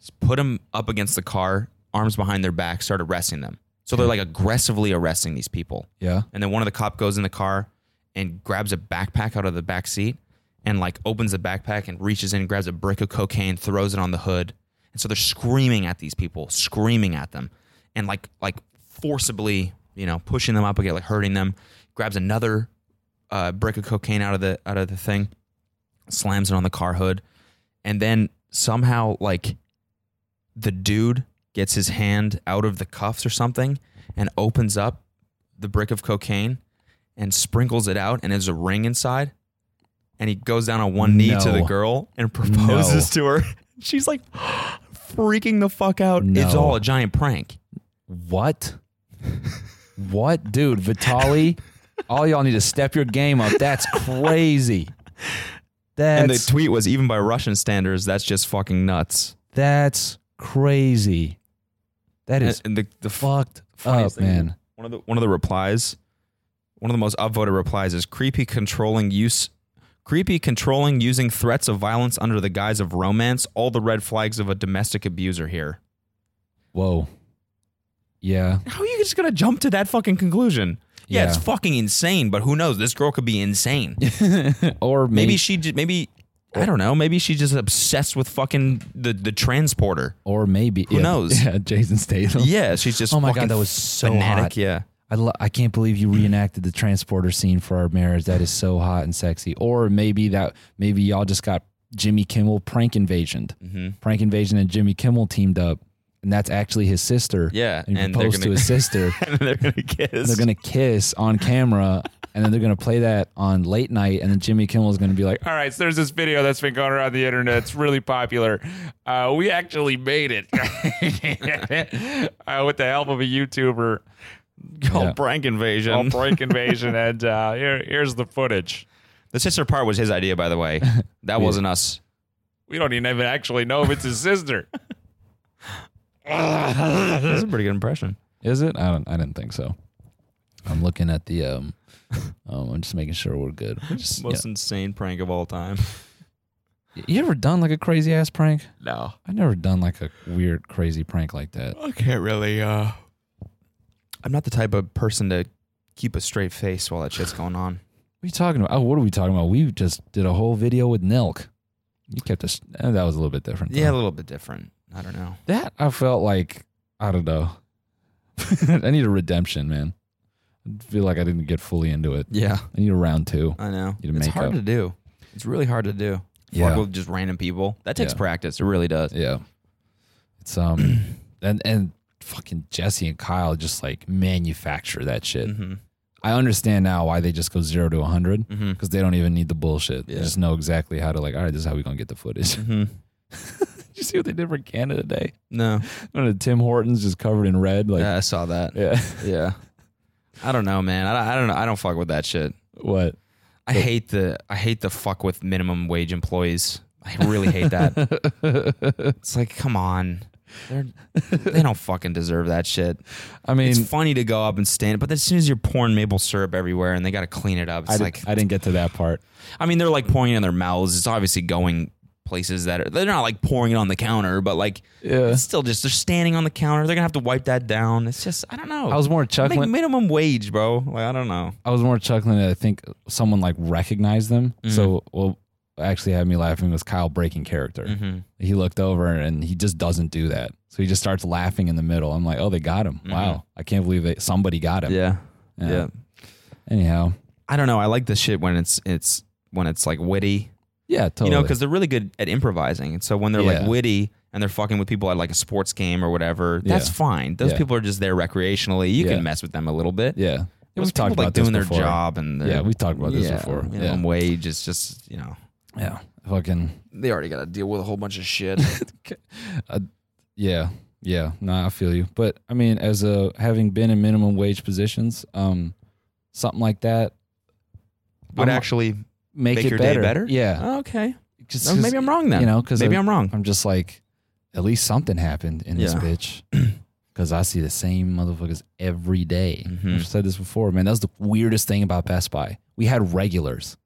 Speaker 1: s- put them up against the car arms behind their back start arresting them so they're like aggressively arresting these people
Speaker 3: Yeah.
Speaker 1: and then one of the cop goes in the car and grabs a backpack out of the back seat and like opens the backpack and reaches in and grabs a brick of cocaine throws it on the hood and so they're screaming at these people screaming at them and like like forcibly you know pushing them up again like hurting them grabs another uh, brick of cocaine out of the out of the thing slams it on the car hood and then somehow like the dude gets his hand out of the cuffs or something and opens up the brick of cocaine and sprinkles it out and there's a ring inside and he goes down on one knee to the
Speaker 3: No.
Speaker 1: girl and proposes to her she's like freaking the fuck out it's
Speaker 3: No.
Speaker 1: all a giant prank
Speaker 3: What? what? Dude, Vitali, all y'all need to step your game up. That's crazy. That's
Speaker 1: and the tweet was even by russian standards that's just fucking nuts
Speaker 3: That's crazy. That is
Speaker 1: and, and the, the
Speaker 3: fucked
Speaker 1: funniest
Speaker 3: up,
Speaker 1: thing-
Speaker 3: man.
Speaker 1: One of the one of the replies, one of the most upvoted replies is creepy controlling use creepy controlling using threats of violence under the guise of romance, all the red flags of a domestic abuser here.
Speaker 3: Whoa. Yeah.
Speaker 1: How are you just gonna jump to that fucking conclusion? Yeah, it's
Speaker 3: Yeah.
Speaker 1: fucking insane, but who knows? This girl could be insane.
Speaker 3: Or maybe,
Speaker 1: Maybe she just maybe I don't know. Maybe she's just obsessed with fucking the, the transporter.
Speaker 3: or maybe
Speaker 1: Who
Speaker 3: yeah,
Speaker 1: knows?
Speaker 3: Yeah, Jason Statham.
Speaker 1: Yeah, she's just.
Speaker 3: Oh my
Speaker 1: fucking
Speaker 3: God, that was so
Speaker 1: fanatic.
Speaker 3: hot.
Speaker 1: Yeah,
Speaker 3: I, lo- I can't believe you reenacted the transporter scene for our marriage. That is so hot and sexy. Or maybe that maybe y'all just got Jimmy Kimmel prank invasion.
Speaker 1: Mm-hmm.
Speaker 3: Prank invasion and Jimmy Kimmel teamed up, and that's actually his sister.
Speaker 1: Yeah,
Speaker 3: and he
Speaker 1: and they're
Speaker 3: proposed
Speaker 1: gonna-
Speaker 3: to his sister.
Speaker 1: and they're gonna kiss.
Speaker 3: they're gonna kiss on camera and then they're gonna play that on late night and then jimmy kimmel's gonna be like "Uh,
Speaker 2: All right, so there's this video that's been going around the internet. It's really popular. Uh, we actually made it uh, with the help of a YouTuber
Speaker 1: called
Speaker 3: Yeah.
Speaker 1: prank invasion.
Speaker 2: called Break Invasion, and uh, here, here's the footage.
Speaker 1: The sister part was his idea, by the way. That wasn't us.
Speaker 2: We don't even have- actually know if it's his sister.
Speaker 1: That's a pretty good impression.
Speaker 3: Is it? I don't. I didn't think so. I'm looking at the. Um, um, I'm just making sure we're good. We're just-
Speaker 1: Most insane prank of all time.
Speaker 3: yeah. You ever done like a crazy ass prank?
Speaker 1: No,
Speaker 3: I've never done like a weird crazy prank like that.
Speaker 1: I can't really. uh I'm not the type of person to keep a straight face while that shit's going on.
Speaker 3: What are you talking about? Oh, what are we talking about? We just did a whole video with Nelk. You kept us. eh, That was a little bit different.
Speaker 1: Yeah, a
Speaker 3: though.
Speaker 1: little bit different. I don't know.
Speaker 3: that I felt like I don't know. I need a redemption, man. I feel like I didn't get fully into it.
Speaker 1: Yeah,
Speaker 3: I need a round two.
Speaker 1: I know.
Speaker 3: You
Speaker 1: It's
Speaker 3: to make
Speaker 1: hard
Speaker 3: up.
Speaker 1: to do. It's really hard to do.
Speaker 3: Yeah.
Speaker 1: Fuck with just random people. That takes
Speaker 3: Yeah.
Speaker 1: practice. It really does.
Speaker 3: Yeah. It's um and and fucking Jesse and Kyle just like manufacture that shit.
Speaker 1: Mm-hmm.
Speaker 3: I understand now why they just go 0 to 100
Speaker 1: Mm-hmm.
Speaker 3: because they don't even need the bullshit. They
Speaker 1: Yeah.
Speaker 3: just know exactly how to like, all right, this is how we going to get the footage. Did
Speaker 1: Mm-hmm.
Speaker 3: you see what they did for Canada Day?
Speaker 1: No,
Speaker 3: One of Tim Hortons just covered in red like
Speaker 1: yeah, I saw that.
Speaker 3: yeah.
Speaker 1: Yeah, I don't know, man. I don't, I don't know. I don't fuck with that shit.
Speaker 3: what?
Speaker 1: I hate the I hate the fuck with minimum wage employees. I really hate that. it's like, come on, they're they don't fucking deserve that shit.
Speaker 3: I mean,
Speaker 1: it's funny to go up and stand, but as soon as you're pouring maple syrup everywhere and they got to clean it up,
Speaker 3: I,
Speaker 1: it's like
Speaker 3: did, I didn't get to that part.
Speaker 1: I mean, they're like pouring it in their mouths. It's obviously going places that are they're not like pouring it on the counter, but like
Speaker 3: Yeah.
Speaker 1: it's still just they're standing on the counter. They're gonna have to wipe that down. It's just I don't know.
Speaker 3: I was more
Speaker 1: like
Speaker 3: chuckling.
Speaker 1: minimum wage, bro. Like I don't know.
Speaker 3: I was more chuckling that I think someone like recognized them.
Speaker 1: Mm-hmm.
Speaker 3: So, well, actually had me laughing was Kyle breaking character.
Speaker 1: Mm. Mm-hmm.
Speaker 3: He looked over and he just doesn't do that. So he just starts laughing in the middle. I'm like, oh, they got him. Wow. I can't believe they, somebody got him.
Speaker 1: Mm-hmm. Yeah.
Speaker 3: Yeah.
Speaker 1: yeah.
Speaker 3: Anyhow.
Speaker 1: I don't know. I like the shit when it's it's when it's like witty,
Speaker 3: Yeah, totally.
Speaker 1: you know, because they're really good at improvising. And so when they're
Speaker 3: Yeah.
Speaker 1: like witty and they're fucking with people at like a sports game or whatever, that's
Speaker 3: Yeah.
Speaker 1: fine. Those
Speaker 3: Yeah.
Speaker 1: people are just there recreationally. You
Speaker 3: Yeah.
Speaker 1: can mess with them a little bit.
Speaker 3: yeah.
Speaker 1: But
Speaker 3: Yeah, we've
Speaker 1: people,
Speaker 3: talked
Speaker 1: like
Speaker 3: about this
Speaker 1: doing their
Speaker 3: before.
Speaker 1: job and
Speaker 3: Yeah, we've talked about this before. Yeah.
Speaker 1: Minimum wage is just you know
Speaker 3: Yeah. Fucking.
Speaker 1: they already got to deal with a whole bunch of shit.
Speaker 3: Yeah. Yeah. No, I feel you. But I mean, as a having been in minimum wage positions, um, something like that
Speaker 1: Would
Speaker 3: I'm-
Speaker 1: actually
Speaker 3: make,
Speaker 1: Make
Speaker 3: it
Speaker 1: your day
Speaker 3: better.
Speaker 1: better?
Speaker 3: Yeah.
Speaker 1: oh, okay.
Speaker 3: Just
Speaker 1: No,
Speaker 3: 'cause-
Speaker 1: maybe I'm wrong then.
Speaker 3: you know, 'cause
Speaker 1: maybe
Speaker 3: of-
Speaker 1: I'm wrong.
Speaker 3: I'm just like, at least something happened in this
Speaker 1: Yeah.
Speaker 3: bitch. Because I see the same motherfuckers every day.
Speaker 1: Mhm.
Speaker 3: I've said this before, man. That's the weirdest thing about Best Buy. We had regulars.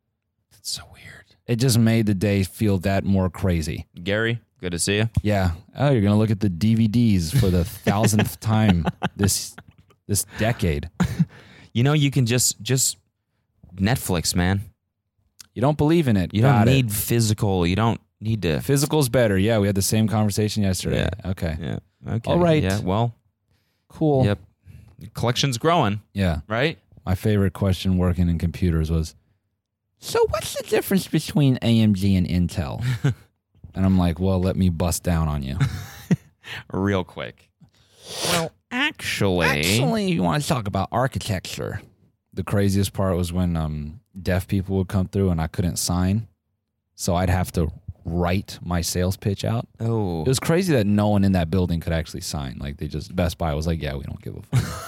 Speaker 1: It's so weird.
Speaker 3: It just made the day feel that more crazy.
Speaker 1: Gary, good to see you.
Speaker 3: Yeah. Oh, you're gonna look at the DVDs for the thousandth time this this decade.
Speaker 1: You know you can just just Netflix, man.
Speaker 3: You don't believe in it.
Speaker 1: You
Speaker 3: Got
Speaker 1: don't
Speaker 3: it.
Speaker 1: need physical. You don't need to.
Speaker 3: physical's better. Yeah, we had the same conversation yesterday. Okay.
Speaker 1: Yeah. Okay.
Speaker 3: All right.
Speaker 1: Yeah. Well.
Speaker 3: Cool.
Speaker 1: Yep. Collection's growing,
Speaker 3: Yeah.
Speaker 1: right?
Speaker 3: my favorite question working in computers was so what's the difference between AMG and Intel? and I'm like, well, let me bust down on you.
Speaker 1: Real quick. Well, actually,
Speaker 3: Actually, you want to talk about architecture. The craziest part was when um, deaf people would come through and I couldn't sign. So I'd have to write my sales pitch out.
Speaker 1: oh,
Speaker 3: It was crazy that no one in that building could actually sign. Like they just Best Buy was like, "Yeah, we don't give a fuck.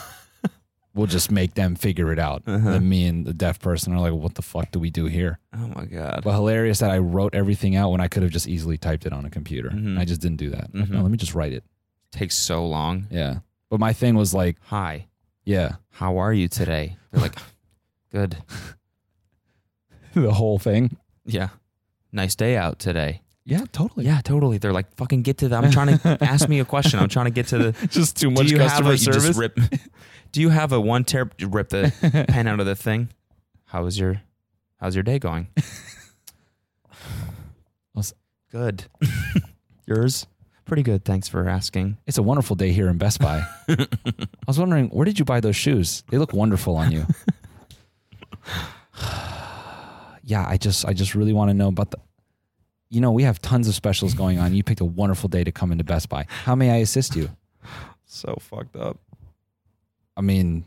Speaker 3: we'll just make them figure it out." And then me and the deaf person are like, "What the fuck do we do here?"
Speaker 1: oh my god.
Speaker 3: But hilarious that I wrote everything out when I could have just easily typed it on a computer. And I just didn't do that. Like, no, let me just write it.
Speaker 1: takes so long.
Speaker 3: Yeah. But my thing was like,
Speaker 1: Hi,
Speaker 3: yeah,
Speaker 1: how are you today? They're like, good.
Speaker 3: the whole thing.
Speaker 1: Yeah. Nice day out today.
Speaker 3: Yeah, totally.
Speaker 1: Yeah, totally. They're like, fucking get to the. I'm trying to ask me a question. I'm trying to get to the.
Speaker 3: Just too
Speaker 1: Do you have a, you just rip, Do you have a one tear? you Rip the pen out of the thing. How was your How's your day going?
Speaker 3: Was-
Speaker 1: good. Yours? Pretty good. Thanks for asking.
Speaker 3: It's a wonderful day here in Best Buy. I was wondering, where did you buy those shoes? They look wonderful on you. yeah, I just I just really want to know about the You know, we have tons of specials going on. You picked a wonderful day to come into Best Buy. How may I assist you?
Speaker 1: So fucked up.
Speaker 3: I mean,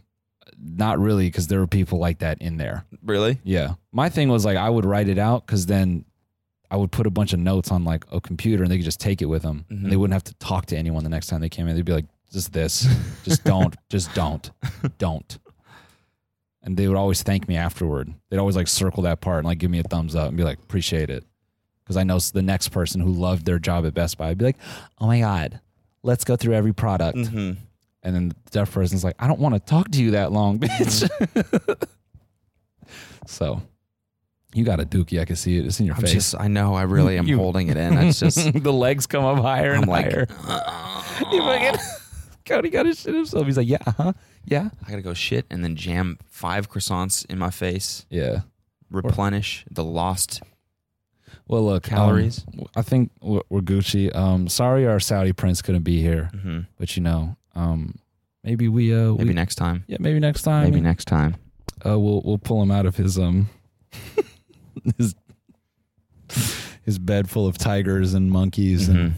Speaker 3: not really, because there were people like that in there.
Speaker 1: Really?
Speaker 3: Yeah. My thing was like, I would write it out because then I would put a bunch of notes on like a computer and they could just take it with them. And they wouldn't have to talk to anyone the next time they came in. They'd be like, just this, just don't, just don't, don't. and they would always thank me afterward. They'd always like circle that part and like give me a thumbs up and be like, appreciate it. Cause I know s- the next person who loved their job at Best Buy, I'd be like, oh my God, let's go through every product.
Speaker 1: Mm-hmm.
Speaker 3: And then the deaf person's like, I don't want to talk to you that long, bitch. so you got a dookie. I can see it. It's in your
Speaker 2: I'm
Speaker 3: face.
Speaker 2: just, I know, I really am
Speaker 3: You-
Speaker 2: holding it in. It's just,
Speaker 3: the legs come up higher and
Speaker 2: I'm like,
Speaker 3: higher. He fucking- Cody got to shit himself. He's like, yeah, uh-huh, yeah,
Speaker 1: I gotta go shit and then jam five croissants in my face,
Speaker 3: yeah.
Speaker 1: replenish the lost.
Speaker 3: Well, look, um,
Speaker 1: Calories?
Speaker 3: I think we're, we're Gucci. Um, sorry, our Saudi prince couldn't be here,
Speaker 1: Mhm.
Speaker 3: but you know, um, maybe we, uh,
Speaker 1: Maybe
Speaker 3: we,
Speaker 1: next time.
Speaker 3: yeah, maybe next time,
Speaker 1: Maybe next time.
Speaker 3: uh, we'll we'll pull him out of his um, his his bed full of tigers and monkeys and
Speaker 1: Mhm.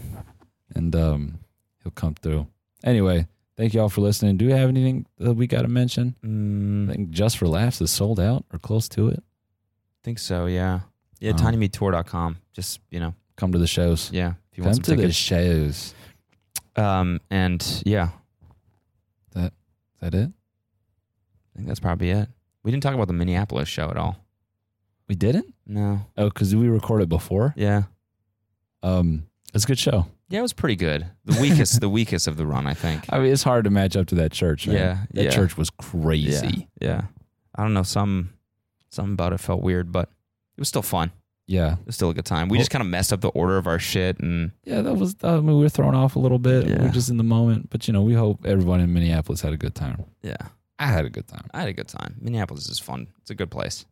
Speaker 3: and um, he'll come through. Anyway, thank you all for listening. Do we have anything that we got to mention?
Speaker 1: Mm,
Speaker 3: I think Just for Laughs is sold out or close to it.
Speaker 1: think so. Yeah. Yeah.
Speaker 3: Um,
Speaker 1: tinymeattour.com. Just you know.
Speaker 3: Come to the shows.
Speaker 1: Yeah. If you
Speaker 3: Come
Speaker 1: want some
Speaker 3: to the
Speaker 1: tickets.
Speaker 3: shows.
Speaker 1: um. And yeah,
Speaker 3: Is that it?
Speaker 1: I think that's probably it. We didn't talk about the Minneapolis show at all.
Speaker 3: We didn't?
Speaker 1: No.
Speaker 3: Oh, because we recorded before.
Speaker 1: Yeah.
Speaker 3: Um, it's a good show.
Speaker 1: Yeah, it was pretty good. The weakest. the weakest of the run, I think.
Speaker 3: I mean, it's hard to match up to that church. Man.
Speaker 1: Yeah,
Speaker 3: that
Speaker 1: yeah.
Speaker 3: church was crazy.
Speaker 1: Yeah. I don't know. Some. Something about it felt weird, but it was still fun.
Speaker 3: Yeah,
Speaker 1: It was still a good time. We just kind of messed up the order of our shit and.
Speaker 3: yeah. That was. uh, I mean, we were thrown off a little bit. We
Speaker 1: Yeah.
Speaker 3: were just in the moment, but you know, we hope everyone in Minneapolis had a good time.
Speaker 1: Yeah.
Speaker 3: I had a good time.
Speaker 1: I had a good time. Minneapolis is fun. It's a good place.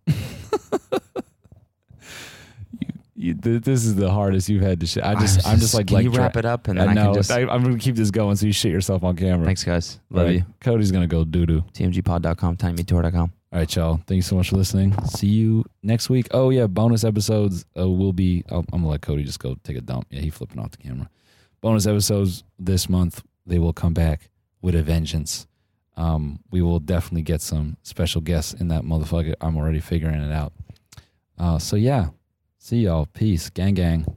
Speaker 3: You, th- this is the hardest you've had to shit. I just, I'm just like,
Speaker 1: can
Speaker 3: like,
Speaker 1: you
Speaker 3: dra-
Speaker 1: wrap it up and
Speaker 3: I
Speaker 1: then I,
Speaker 3: know.
Speaker 1: can just.
Speaker 3: I, I'm gonna keep this going so you shit yourself on camera.
Speaker 1: thanks, guys. Love
Speaker 3: Right.
Speaker 1: you.
Speaker 3: Cody's gonna go doo doo.
Speaker 1: TMGpod.com, tinymeattour.com.
Speaker 3: All right, y'all. Thank you so much for listening. See you next week. Oh yeah, bonus episodes uh, will be. I'll, I'm gonna let Cody just go take a dump. Yeah, he flipping off the camera. Bonus episodes this month. They will come back with a vengeance. Um, we will definitely get some special guests in that motherfucker. I'm already figuring it out. Uh, so yeah, see y'all. Peace, gang, gang.